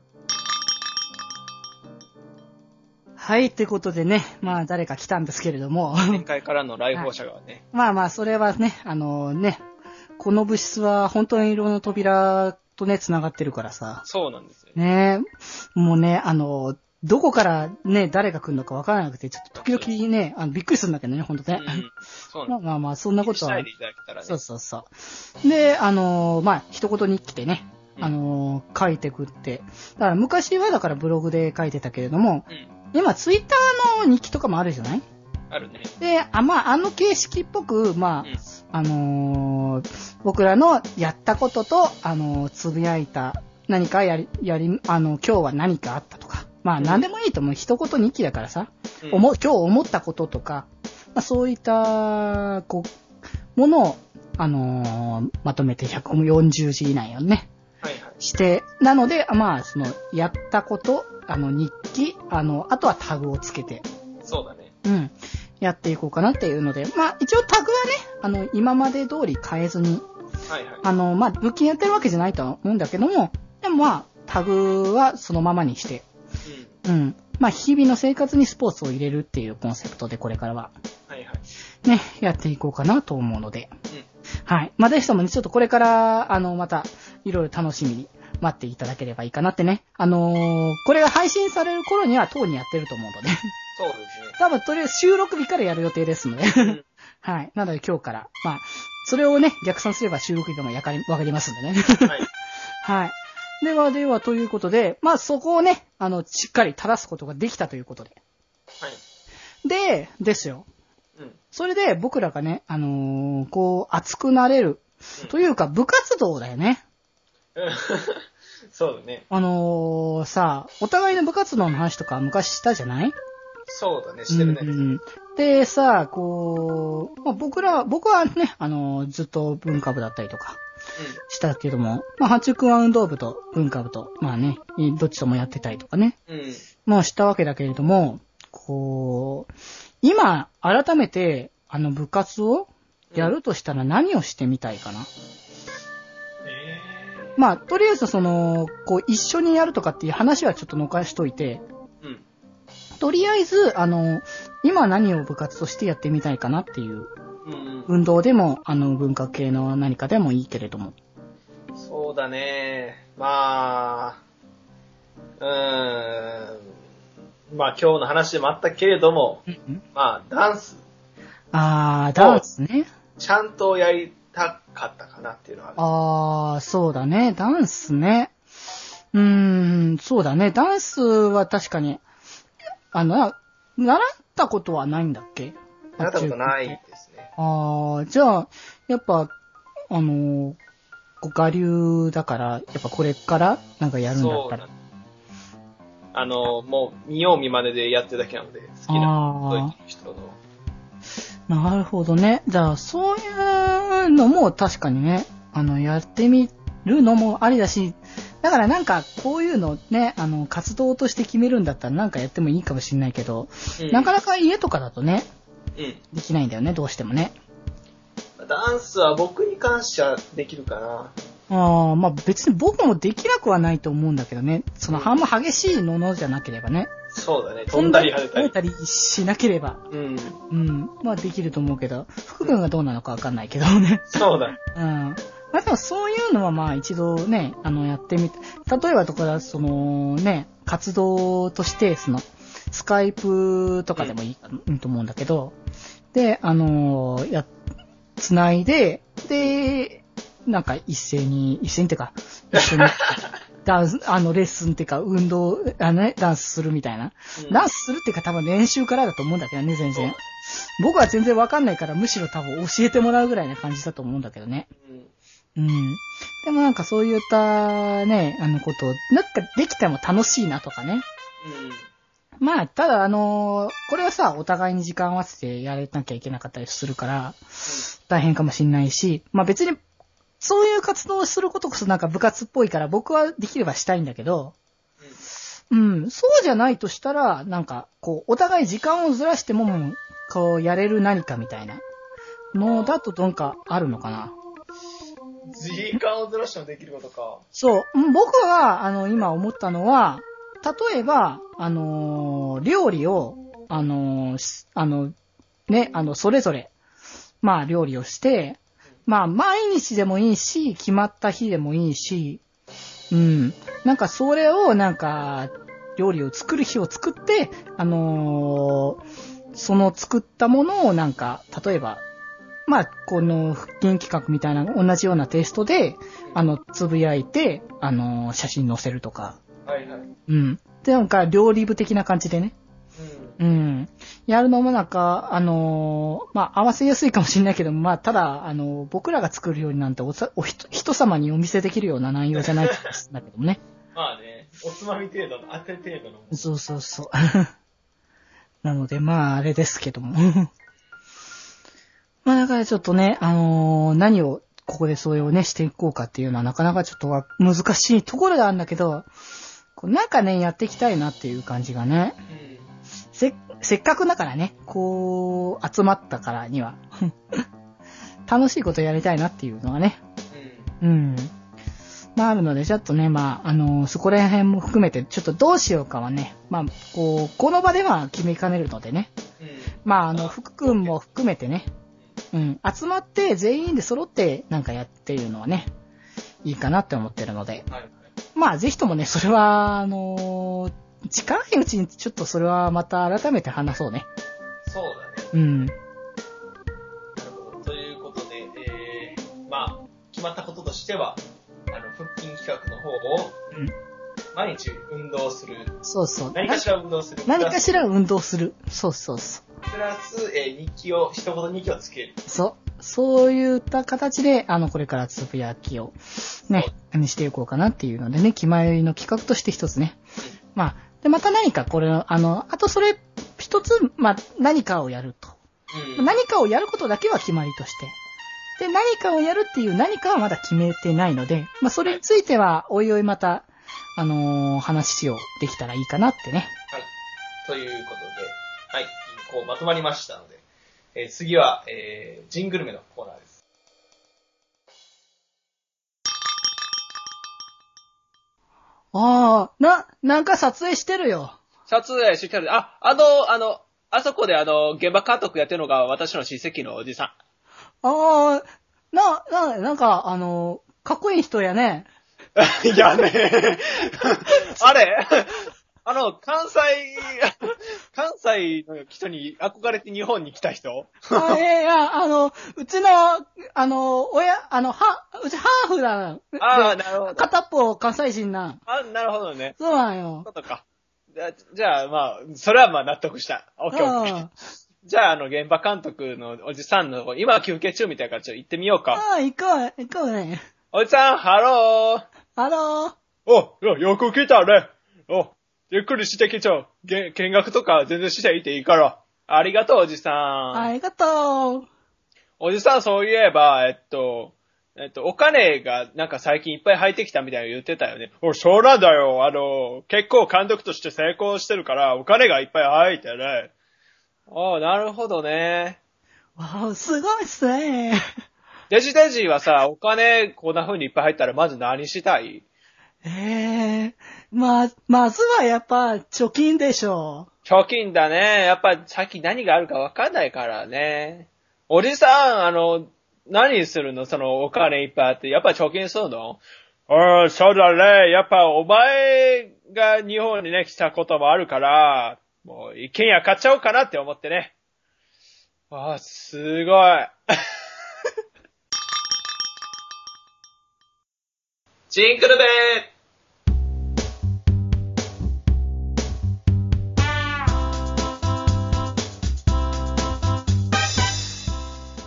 [SPEAKER 2] はい、ってことでね、まあ誰か来たんですけれども、 *laughs*
[SPEAKER 1] 前回からの来訪者がね。
[SPEAKER 2] まあまあそれはね、あのね、この物質は本当に色の扉とね、繋がってるからさ、
[SPEAKER 1] そうなんですよ。
[SPEAKER 2] ねもうね、あの、どこからね、誰が来るのかわからなくて、ちょっと時々ね、あのびっくりするんだけどね、ほんと
[SPEAKER 1] う
[SPEAKER 2] ね。
[SPEAKER 1] ん。そうなん
[SPEAKER 2] まあ
[SPEAKER 1] です。
[SPEAKER 2] *laughs* まあまあ、そんなこ
[SPEAKER 1] 気
[SPEAKER 2] と
[SPEAKER 1] にしな
[SPEAKER 2] はい
[SPEAKER 1] で。いただけたらね。
[SPEAKER 2] そうそうそう。で、あのまあ、一言日記でね、
[SPEAKER 1] うん
[SPEAKER 2] あの書いてくって。だから昔はだからブログで書いてたけれども、
[SPEAKER 1] うん。
[SPEAKER 2] 今ツイッターの日記とかもあるじゃない
[SPEAKER 1] あるね。
[SPEAKER 2] で、あ、まあ、あの形式っぽく、
[SPEAKER 1] う
[SPEAKER 2] ま
[SPEAKER 1] ん。
[SPEAKER 2] あ、あのー僕らのやったことと、あのーつぶやいた、何かやり、やり、あの、今日は何かあったとか、まあ、
[SPEAKER 1] うん
[SPEAKER 2] 何でもいいと思う。一言日記だからさ、
[SPEAKER 1] うん
[SPEAKER 2] 思う、今日思ったこととか、まあ、そういった、こう、ものを、あのーまとめて140字以内よね。
[SPEAKER 1] はいはい。
[SPEAKER 2] して、なので、まあ、その、やったこと、あの、日記、あの、あとはタグをつけて、
[SPEAKER 1] そうだね。
[SPEAKER 2] うん。やっていこうかなっていうので、まあ一応タグはね、あの、今まで通り変えずに、
[SPEAKER 1] はいはい。
[SPEAKER 2] あの、まあ物件やってるわけじゃないとは思うんだけども、でもまあタグはそのままにして、
[SPEAKER 1] うん。
[SPEAKER 2] うん。まあ日々の生活にスポーツを入れるっていうコンセプトでこれからは、
[SPEAKER 1] はいはい。
[SPEAKER 2] ね、やっていこうかなと思うので、
[SPEAKER 1] うん。
[SPEAKER 2] はい。まあぜひともね、ちょっとこれから、あの、また、いろいろ楽しみに待っていただければいいかなってね。あのーこれが配信される頃にはとうにやってると思うので、
[SPEAKER 1] そうです
[SPEAKER 2] 多分とりあえず収録日からやる予定ですので、 *laughs*
[SPEAKER 1] ね。
[SPEAKER 2] はい。なので今日から。まあ、それをね、逆算すれば収録日もやかり、わかりますんでね。 *laughs*
[SPEAKER 1] うんはい。
[SPEAKER 2] はい。ではではということで、まあそこをね、あの、しっかり正すことができたということで。
[SPEAKER 1] はい。
[SPEAKER 2] で、ですよ。
[SPEAKER 1] うん。
[SPEAKER 2] それで僕らがね、あのーこう、熱くなれる。というか、部活動だよ
[SPEAKER 1] う
[SPEAKER 2] ね。
[SPEAKER 1] ん *laughs* そうだね。
[SPEAKER 2] あのーさ、お互いの部活動の話とか昔したじゃない
[SPEAKER 1] そうだね、してるね。
[SPEAKER 2] うんうんでさ、こう、まあ、僕ら、僕はね、あのーずっと文化部だったりとか、したけども、まあ、八中は運動部と文化部と、まあね、どっちともやってたりとかね、
[SPEAKER 1] うん。うん。
[SPEAKER 2] まあしたわけだけれども、こう、今、改めて、あの部活をやるとしたら何をしてみたいかな。
[SPEAKER 1] え
[SPEAKER 2] まあ、とりあえずその、こう、一緒にやるとかっていう話はちょっと残しといて、
[SPEAKER 1] ーうん。
[SPEAKER 2] とりあえず、あの、今何を部活としてやってみたいかなっていう、
[SPEAKER 1] うんう
[SPEAKER 2] 運動でも、あの、文化系の何かでもいいけれども。
[SPEAKER 1] ん。そうだね。まあ、うーん。まあ今日の話でもあったけれども、まあダンス、
[SPEAKER 2] あー、ダンスね。
[SPEAKER 1] ちゃんとやりたかったかなっていうのはある。
[SPEAKER 2] あー、そうだね。ダンスね。ううーん、そうだね。ダンスは確かに、あの、な習ったことはないんだっけ
[SPEAKER 1] 習ったことな。い
[SPEAKER 2] 中
[SPEAKER 1] ですね。
[SPEAKER 2] 高ああ、じゃあ、やっぱ、あのー、こう我流だから、やっぱこれからなんかやるんだっ
[SPEAKER 1] そ
[SPEAKER 2] た
[SPEAKER 1] う
[SPEAKER 2] ら。
[SPEAKER 1] あの、もう、見よう見まねでやってるだけなので、好きな人の。
[SPEAKER 2] なるほどね。じゃあ、そういうのも確かにね、あの、やってみるのもありだし、だからなんか、こういうのね、あの、活動として決めるんだったらなんかやってもいいかもしれないけど、
[SPEAKER 1] うん
[SPEAKER 2] なかなか家とかだとね、
[SPEAKER 1] うん。
[SPEAKER 2] できないんだよね、どうしてもね。
[SPEAKER 1] ダンスは僕に関してはできるかな。
[SPEAKER 2] ああ、まあ別に僕もできなくはないと思うんだけどね、その、あんま激しいものじゃなければね。
[SPEAKER 1] そうだね。飛んだり跳ねたり。
[SPEAKER 2] 跳ねたりしなければ。
[SPEAKER 1] うん。
[SPEAKER 2] うん。まあできると思うけど、福君がどうなのかわかんないけどね。
[SPEAKER 1] そうだ。
[SPEAKER 2] うん。まあでもそういうのはまあ一度ね、あのやってみて、例えばとか、そのね、活動として、その、スカイプとかでもいい,、うん、と思うんだけど、で、あのや、つないで、で、なんか一斉に、一斉にっていうか、一 *laughs* 緒に、ダンス、あの、レッスンっていうか、運動、あのね、ダンスするみたいな。
[SPEAKER 1] うん
[SPEAKER 2] ダンスするっていうか多分練習からだと思うんだけどね、全然。僕は全然わかんないから、むしろ多分教えてもらうぐらいな感じだと思うんだけどね。
[SPEAKER 1] うん
[SPEAKER 2] うん。でもなんかそういったね、あのこと、なんかできても楽しいなとかね。
[SPEAKER 1] うん。
[SPEAKER 2] まあ、ただあのーこれはさ、お互いに時間を合わせてやれなきゃいけなかったりするから、大変かもしんないし、まあ別に、そういう活動をすることこそなんか部活っぽいから僕はできればしたいんだけど、
[SPEAKER 1] うん
[SPEAKER 2] うん、そうじゃないとしたら、なんか、こう、お互い時間をずらしても、もうこう、やれる何かみたいなのだと、どんかあるのかな。
[SPEAKER 1] 時間をずらしてもできることか。
[SPEAKER 2] そう、うん僕は、あの、今思ったのは、例えば、あのー料理を、あのーしあの、ね、あの、それぞれ、まあ、料理をして、まあ、毎日でもいいし、決まった日でもいいし、うん。なんか、それを、なんか、料理を作る日を作って、あのーその作ったものを、なんか、例えば、まあ、この腹筋企画みたいな、同じようなテイストで、あの、つぶやいて、あの、写真載せるとか。
[SPEAKER 1] はいはい。うん。
[SPEAKER 2] うん。で、なんか、料理部的な感じでね。うん。やるのもなんか、あのーまあ、合わせやすいかもしれないけど、まあ、ただ、あの僕らが作るようになんておさ、おひと、人様にお見せできるような内容じゃないんだけどね。
[SPEAKER 1] まあね、おつまみ程度の、当て程度の。
[SPEAKER 2] そうそうそう。 *laughs* なので、まあ、あれですけども。 *laughs* まあ、だからちょっとね、あのー何を、ここでそれをね、していこうかっていうのは、なかなかちょっとは難しいところなんだけど、こうなんかね、やっていきたいなっていう感じがね。
[SPEAKER 1] うん。
[SPEAKER 2] せ、せっかくだからね、こう、集まったからには、 *laughs* 楽しいことやりたいなっていうのがね、うん。まああるので、ちょっとね、まあ、あのそこら辺も含めて、ちょっとどうしようかはね、まあ、こう、この場では決めかねるのでね、
[SPEAKER 1] うん。うん。
[SPEAKER 2] まあ、あの、福君も含めてね、うん、集まって全員で揃ってなんかやっていうのはね、いいかなって思ってるので、
[SPEAKER 1] はいはい。
[SPEAKER 2] まあ、ぜひともね、それは、あの近いうちにちょっとそれはまた改めて話そうね。
[SPEAKER 1] そうだね。
[SPEAKER 2] うん。
[SPEAKER 1] なるほど。ということで、えー、まあ、決まったこととしては、あの、腹筋企画の方を、
[SPEAKER 2] うん
[SPEAKER 1] 毎日運動する。
[SPEAKER 2] そうそう。
[SPEAKER 1] 何かしら運動する。
[SPEAKER 2] 何かしら
[SPEAKER 1] プ
[SPEAKER 2] 運動する。そうそうそう。
[SPEAKER 1] ラス。プラス、えー日記を、一言日記をつける。
[SPEAKER 2] そう。そういった形で、あの、これからつぶやきをね、にしていこうかなっていうのでね、気前の企画として一つね。まあ、で、また何かこれ、あの、あとそれ、一つ、まあ、何かをやると。
[SPEAKER 1] うん。
[SPEAKER 2] 何かをやることだけは決まりとして。で、何かをやるっていう何かはまだ決めてないので、まあ、それについては、おいおいまた、あのー話をできたらいいかなってね。
[SPEAKER 1] ということで、はい、こうまとまりましたので、えー次は、えー、ジングルメのコーナーです。
[SPEAKER 2] ああ、な、なんか撮影してるよ。
[SPEAKER 1] 撮影してきたので、あ、あの、あの、あそこであの、現場監督やってるのが私の親戚のおじさ
[SPEAKER 2] ああ、な、な、なんか、あの、
[SPEAKER 1] *laughs*
[SPEAKER 2] かっこいい人やね。
[SPEAKER 1] ん。いやね、あれ、 *laughs* あの、関西、 *laughs* 関西の人に憧れて日本に来た人
[SPEAKER 2] あ、ええあ、あの、うちの、あの、親、あの、は、うちハーフだな。
[SPEAKER 1] ああ、
[SPEAKER 2] で
[SPEAKER 1] なるほど。
[SPEAKER 2] 片っぽ関西人な。
[SPEAKER 1] あ、なるほどね。
[SPEAKER 2] そうなんよ。
[SPEAKER 1] そういうことか。じゃあじゃあ、まあ、それはまあ納得した。オッケーオッケー。
[SPEAKER 2] あ
[SPEAKER 1] じゃあ、あの、現場監督のおじさんのとこ、今は休憩中みたいだからちょっと行ってみようか。
[SPEAKER 2] あ、行こう、行こうね。
[SPEAKER 1] おじさん、ハロー。
[SPEAKER 2] ハロー。
[SPEAKER 1] お、よよく来たね。お、ゆっくりしてきちゃう。げ見学とか全然していていいから。ありがとう、おじさん。
[SPEAKER 2] ありがとう。
[SPEAKER 1] おじさん、そういえば、えっと、えっと、お金がなんか最近いっぱい入ってきたみたいなの言ってたよね。お、そうなんだよ。あの、結構監督として成功してるから、お金がいっぱい入ってね。ああ、なるほどね。
[SPEAKER 2] わあ、すごいっすね。
[SPEAKER 1] デジデジはさ、お金こんな風にいっぱい入ったらまず何したい
[SPEAKER 2] ええまあ、まずはやっぱ貯金でしょ
[SPEAKER 1] 貯金だね。やっぱ先何があるか分かんないからね。おじさん、あの、何するのそのお金いっぱいあって。やっぱ貯金するのああ、そうだね。やっぱお前が日本にね、来たこともあるから、もう一軒家買っちゃおうかなって思ってね。ああ、すごい。ジンクルベー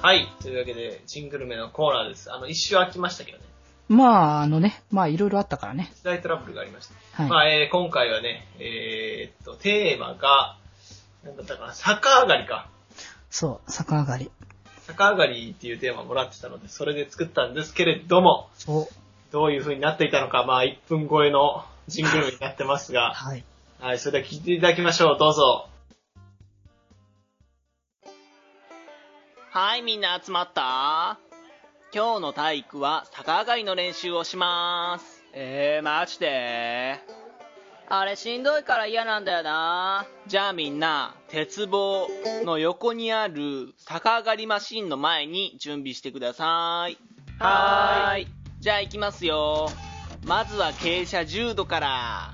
[SPEAKER 1] はい。というわけで、ジングルメのコーナーです。あの、一周空きましたけどね。
[SPEAKER 2] う。まあ、あのね、まあいろいろあったからね。
[SPEAKER 1] 時代トラブルがありました。
[SPEAKER 2] はい。
[SPEAKER 1] まあ、えー、今回はね、えー、っと、テーマが、なんだったかな、逆上がりか。
[SPEAKER 2] そう、逆上がり。
[SPEAKER 1] 逆上がりっていうテーマもらってたので、それで作ったんですけれども、
[SPEAKER 2] そう。
[SPEAKER 1] どういう風になっていたのか、まあ、1分超えのジングルメになってますが、
[SPEAKER 2] *laughs* はい。
[SPEAKER 1] はい、それでは聞いていただきましょう。どうぞ。
[SPEAKER 3] はい、みんな集まった今日の体育は逆上がりの練習をします。えー、マジであれしんどいから嫌なんだよな。じゃあみんな、鉄棒の横にある逆上がりマシンの前に準備してください。はーい。じゃあ行きますよ。まずは傾斜10度から。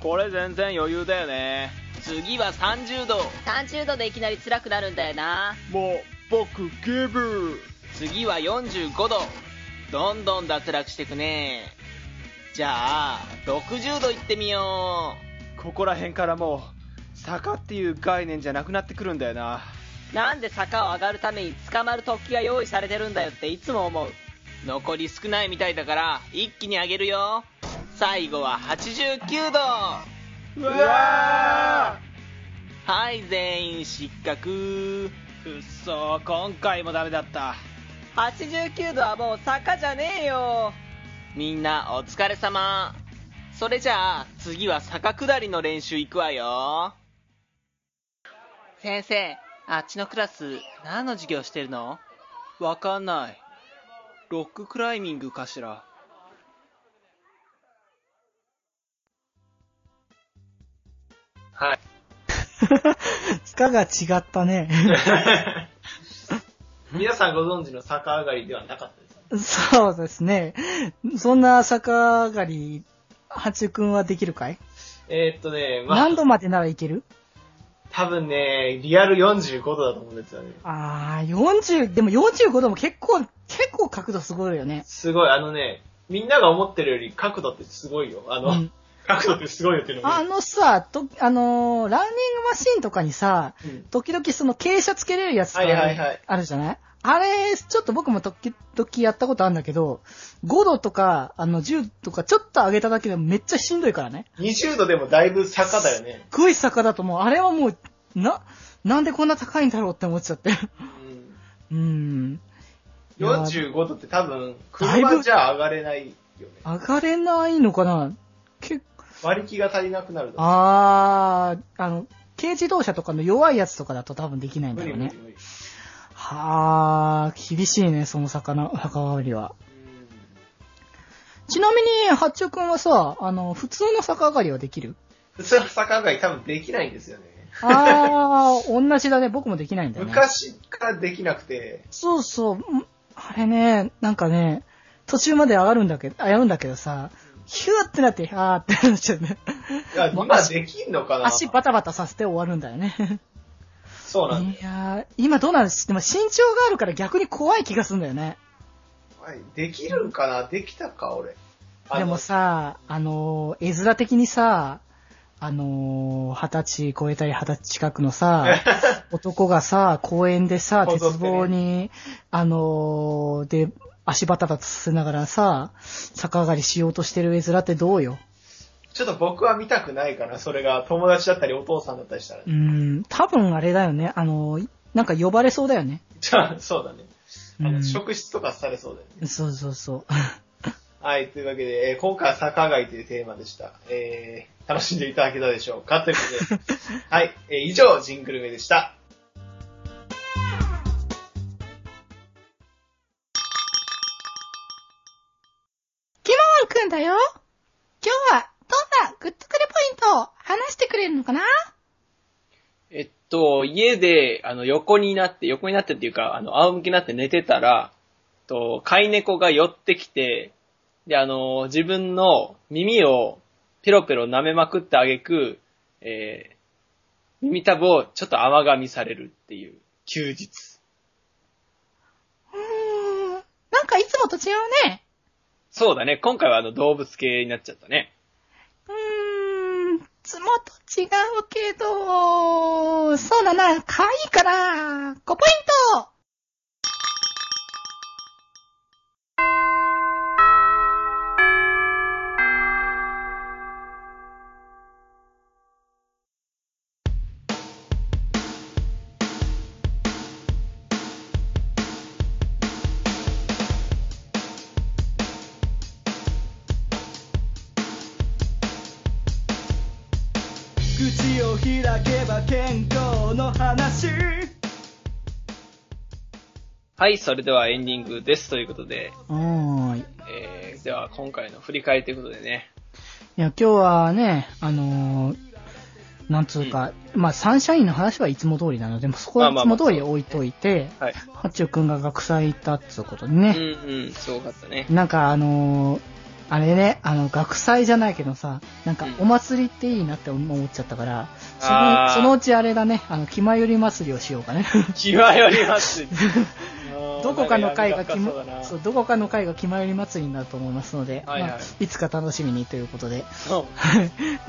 [SPEAKER 3] これ全然余裕だよね。次は30度。
[SPEAKER 4] 30度でいきなり辛くなるんだよな
[SPEAKER 3] もう僕ゲブ次は45度どんどん脱落してくねじゃあ60度いってみよ
[SPEAKER 5] ここら辺からもう坂っていう概念じゃなくなってくるんだよな
[SPEAKER 4] なんで坂を上がるために捕まる突起が用意されてるんだよっていつも思う
[SPEAKER 3] う残り少ないみたいだから一気に上げるよ最後は89度
[SPEAKER 5] うわ
[SPEAKER 3] はい全員失格
[SPEAKER 5] くっそー今回もダメだった
[SPEAKER 4] 89度はもう坂じゃねえよ
[SPEAKER 3] みんなお疲れ様それじゃあ次は坂下りの練習行くわよ先生あっちのクラス何の授業してるのわかんないロッククライミングかしら
[SPEAKER 1] *laughs* はい。
[SPEAKER 2] 坂が違ったね。
[SPEAKER 1] 皆さんご存知の逆上がりではなかったです。
[SPEAKER 2] *laughs* そうですね。そんな逆上がり、八中くんはできるかい
[SPEAKER 1] えー、っとね、まあ
[SPEAKER 2] 何、度までならいける
[SPEAKER 1] 多分ね、リアル45度だと思うんですよね。
[SPEAKER 2] あー、40、でも45度も結構、結構角度すごいよね。
[SPEAKER 1] すごい、あのね、みんなが思ってるより角度ってすごいよ。あの、
[SPEAKER 2] うん
[SPEAKER 1] 角度ってすごいよっていうのも。
[SPEAKER 2] あのさ、と、あのーランニングマシンとかにさ、
[SPEAKER 1] うん
[SPEAKER 2] 時々その傾斜つけれるやつとか
[SPEAKER 1] はいはいはい
[SPEAKER 2] あるじゃない,、あれ、ちょっと僕も時々やったことあるんだけど、5度とか、あの10とかちょっと上げただけでもめっちゃしんどいからね。
[SPEAKER 1] 20度でもだいぶ坂だよね。
[SPEAKER 2] すっごい坂だともう、あれはもう、な、なんでこんな高いんだろうって思っちゃって。 *laughs*
[SPEAKER 1] うん、
[SPEAKER 2] うーん。いや
[SPEAKER 1] 45度って多分、
[SPEAKER 2] だいぶ
[SPEAKER 1] 車じゃ上がれないよね。
[SPEAKER 2] 上がれないのかな結
[SPEAKER 1] 馬力が足りなくなると。
[SPEAKER 2] あー、あの、軽自動車とかの弱いやつとかだと多分できないん
[SPEAKER 1] 無
[SPEAKER 2] だ
[SPEAKER 1] 理
[SPEAKER 2] よ
[SPEAKER 1] 無
[SPEAKER 2] ね
[SPEAKER 1] 理。無理。
[SPEAKER 2] はー、厳しいね、その魚、墓割りは。
[SPEAKER 1] うん
[SPEAKER 2] ちなみに、八丁くんはさ、あの、普通の逆上がりはで
[SPEAKER 1] *laughs*
[SPEAKER 2] きる
[SPEAKER 1] 普通の逆上がり多分できないんですよね。
[SPEAKER 2] あー、同じだね、僕もできないんだよね。
[SPEAKER 1] 昔からできなくて、
[SPEAKER 2] そうそう、んあれね、なんかね、途中まで上がるんだけど、上がるんだけどさ、ヒューってなって、あーってなっちゃうね。
[SPEAKER 1] いや、今できんのかな
[SPEAKER 2] 足バタバタさせて終わるんだよね。
[SPEAKER 1] そうなんだよ
[SPEAKER 2] いやー、今どうなんですでも身長があるから逆に怖い気がするんだよね。
[SPEAKER 1] はいできるんかなできたか、俺。あの
[SPEAKER 2] でも、さ、あのー、絵面的にさ、あのー、二十歳超えたり二十歳近くのさ、
[SPEAKER 1] *laughs*
[SPEAKER 2] 男がさ、公園でさ、
[SPEAKER 1] こぞって
[SPEAKER 2] 鉄
[SPEAKER 1] ね
[SPEAKER 2] 棒に、あのー、で、足バタバタさせながらさ、逆上がりしようとしてる絵面ってどうよ
[SPEAKER 1] ちょっと僕は見たくないかな。それが友達だったりお父さんだったりしたら
[SPEAKER 2] う。ん、多分あれだよね。あのー、なんか呼ばれそうだよね。
[SPEAKER 1] じゃあ、そうだね。あ
[SPEAKER 2] う
[SPEAKER 1] の、
[SPEAKER 2] ん
[SPEAKER 1] 職質とかされそうだよね。
[SPEAKER 2] そうそうそう。
[SPEAKER 1] はい、というわけで、えー今回は坂街というテーマでした。えー、楽しんでいただけたでしょうかということ *laughs* で、はい、えー以上、ジングルメでした。
[SPEAKER 6] キモンくんだよ今日はどんなグッとくるポイントを話してくれるのかな
[SPEAKER 1] えっと、家で、あの、横になって、横になってっていうか、あの、仰向けになって寝てたら、と、飼い猫が寄ってきて、で、あの、自分の耳をペロペロ舐めまくってあげく、えー、耳たぶをちょっと甘噛みされるっていう、休日。
[SPEAKER 6] うーん。なんかいつもと違うね。
[SPEAKER 1] そうだね、今回はあの、動物系になっちゃったね。
[SPEAKER 6] うーん。いつもと違うけど、そうだな、可愛いから、5ポイント
[SPEAKER 5] 口を開けば健康の話
[SPEAKER 1] はい、それではエンディングですということで、
[SPEAKER 2] うーん。い
[SPEAKER 1] えー、では今回の振り返りということでね、
[SPEAKER 2] や、今日はね、あのー、なんつうか、まあ、サンシャインの話はいつも通りなので、もうそこはいつも通り置いといて、
[SPEAKER 1] はい。
[SPEAKER 2] ハッチュ君が学祭行ったっつうことで
[SPEAKER 1] う
[SPEAKER 2] ね。
[SPEAKER 1] んうん、すごかったね。
[SPEAKER 2] なんかあのーあれね、あの、学祭じゃないけどさ、なんか
[SPEAKER 1] うん
[SPEAKER 2] お祭りっていいなって思っちゃったから、そ
[SPEAKER 1] あー
[SPEAKER 2] のそのうちあれだね、あの、気まより祭りをしよ
[SPEAKER 1] *laughs*
[SPEAKER 2] うかね。
[SPEAKER 1] 気はよります。
[SPEAKER 2] *laughs* どこかの会が気
[SPEAKER 1] ま
[SPEAKER 2] ま
[SPEAKER 1] そうだな。
[SPEAKER 2] そうどこかの会が気まより祭りになると思いますので、
[SPEAKER 1] はいはい
[SPEAKER 2] まあいつか楽しみにということで。
[SPEAKER 1] そ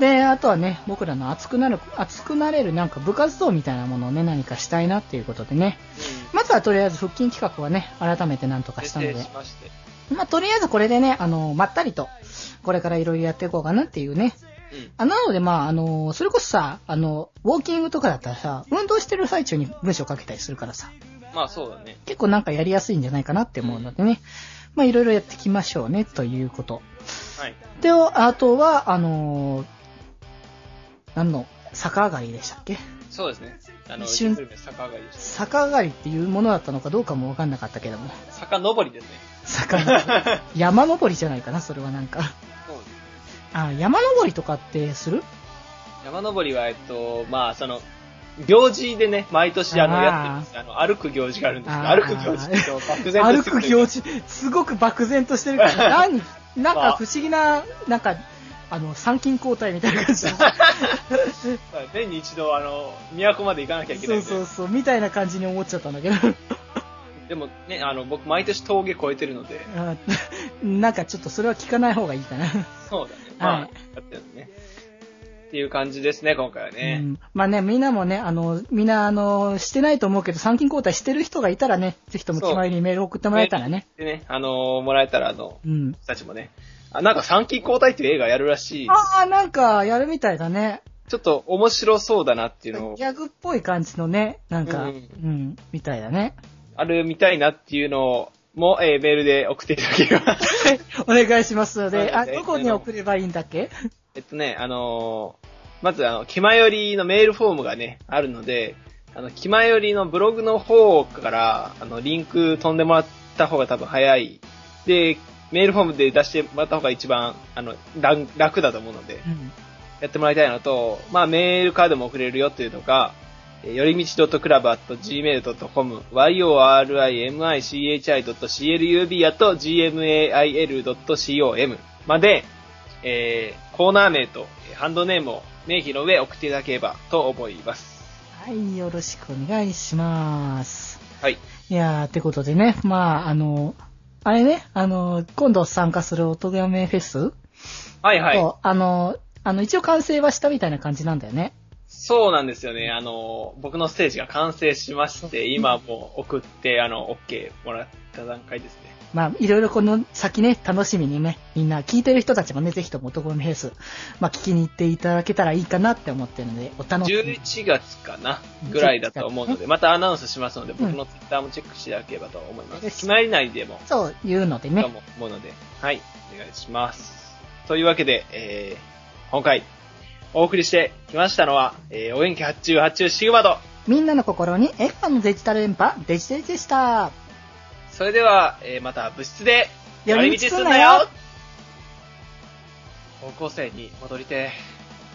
[SPEAKER 1] う
[SPEAKER 2] で、あとはね、僕らの熱くなる、熱くなれるなんか部活動みたいなものをね、何かしたいなっていうことでね。まずはとりあえず腹筋企画はね、改めて何とかしたの
[SPEAKER 1] 徹
[SPEAKER 2] で
[SPEAKER 1] 底し。まして。
[SPEAKER 2] まあ、とりあえずこれでね、あの、まったりと、これからいろいろやっていこうかなっていうね。
[SPEAKER 1] うん。
[SPEAKER 2] あなので、まあ、あの、それこそさ、あの、ウォーキングとかだったらさ、運動してる最中に文章書けたりするからさ、
[SPEAKER 1] まあそうだね。
[SPEAKER 2] 結構なんかやりやすいんじゃないかなって思うのでね。まあ、いろいろやっていきましょうね、ということ。
[SPEAKER 1] はい。
[SPEAKER 2] で、あとは、あの、何の、逆上がりでしたっけ
[SPEAKER 1] そうですね。あの、
[SPEAKER 2] 一瞬
[SPEAKER 1] グルメ坂上がりで *laughs* した。
[SPEAKER 2] 逆上がりっていうものだったのかどうかもわかんなかったけども。
[SPEAKER 1] 坂登りですね。
[SPEAKER 2] 坂上がり山登りじゃないかな、それはなんか。
[SPEAKER 1] そうです。
[SPEAKER 2] あ、山登りとかってする
[SPEAKER 1] 山登りは、えっと、まあその、行事でね、毎年あの、
[SPEAKER 2] あー
[SPEAKER 1] やってるんです。あの、歩く行事があるんですけど、
[SPEAKER 2] あー
[SPEAKER 1] 歩く行事ってこう漠然とし
[SPEAKER 2] 歩
[SPEAKER 1] てる
[SPEAKER 2] く
[SPEAKER 1] という
[SPEAKER 2] 行
[SPEAKER 1] か
[SPEAKER 2] 事、すごく漠然としてるから、
[SPEAKER 1] *laughs*
[SPEAKER 2] 何、なんか不思議な、なんか、あの、参勤交代みたいな感じの
[SPEAKER 1] まあ年に一度、あの、都まで行かなきゃいけな
[SPEAKER 2] そ
[SPEAKER 1] いん
[SPEAKER 2] う
[SPEAKER 1] で。
[SPEAKER 2] そうそう、みたいな感じに思っちゃったんだけど、 *laughs*
[SPEAKER 1] でもね、あの、僕、毎年峠越えてるので、
[SPEAKER 2] あなんかちょっとそれは聞かない方がいいかな。
[SPEAKER 1] そうだね。まあ、
[SPEAKER 2] はい
[SPEAKER 1] やってるのね。っていう感じですね、今回はね。
[SPEAKER 2] うん、まあね、みんなもね、あの、みんな、あの、してないと思うけど、参勤交代してる人がいたらね、ぜひとも
[SPEAKER 1] そう
[SPEAKER 2] 気前にメール送ってもらえたらね。
[SPEAKER 1] でね、あのーもらえたら、あの、
[SPEAKER 2] うん。
[SPEAKER 1] 僕たちもね、あ、なんか三期交代っていう映画やるらしい。
[SPEAKER 2] ああ、なんか、やるみたいだね。
[SPEAKER 1] ちょっと面白そうだなっていうのを
[SPEAKER 2] ギ、ャグっぽい感じのね、なんか、
[SPEAKER 1] う
[SPEAKER 2] うんん、みたいだね。
[SPEAKER 1] あるみたいなっていうのも、えーメールで送っていただければ。
[SPEAKER 2] お願いしますの
[SPEAKER 1] そう
[SPEAKER 2] で、
[SPEAKER 1] だ
[SPEAKER 2] あ、
[SPEAKER 1] ね
[SPEAKER 2] どこに送ればいいんだっけ
[SPEAKER 1] えっとね、あのーまず、あの、気まよりのメールフォームがね、あるので、あの、気まよりのブログの方から、あの、リンク飛んでもらった方が多分早い。で、メールフォームで出してもらった方が一番、あの、楽楽だと思うので、やってもらいたいのと、まあ、メールカードも送れるよっていうのが、えーよりみち .club.gmail.com、yorimichi.club.gmail.com まで、えー、コーナー名とえーハンドネームを明記の上送っていただければと思います。
[SPEAKER 2] はい、よろしくお願いします。
[SPEAKER 1] はい。
[SPEAKER 2] いやー、ってことでね、まあ、あの、あれね、あの、今度参加する音めフェス
[SPEAKER 1] はいはい。
[SPEAKER 2] と、あの、あの、一応完成はしたみたいな感じなんだよね。
[SPEAKER 1] そうなんですよね。あの、僕のステージが完成しまして、今もう送って、あの、OK もらった段階ですね。
[SPEAKER 2] まあ、いろいろこの先ね、楽しみにね、みんな聞いてる人たちもね、ぜひとも音めフェス、まあ、聞きに行っていただけたらいいかなって思ってるので、お楽しみに。
[SPEAKER 1] 11月かなぐらいだと思うので、またアナウンスしますので、僕のツイッターもチェックしていただければと思いま。
[SPEAKER 2] ですす
[SPEAKER 1] 決まり内でも、
[SPEAKER 2] そういうので
[SPEAKER 1] と
[SPEAKER 2] ね、
[SPEAKER 1] も思うので、はい、お願いします。というわけで、えー、今回、お送りしてきましたのは、えー、お元気発注発注シグマド。
[SPEAKER 2] みんなの心に笑顔のデジタル連覇、デジデジでした。
[SPEAKER 1] それでは、えー、また部室で、
[SPEAKER 2] 寄り道すんなよ
[SPEAKER 1] 高校生に戻りてえ。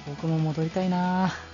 [SPEAKER 2] 僕も戻りたいなぁ。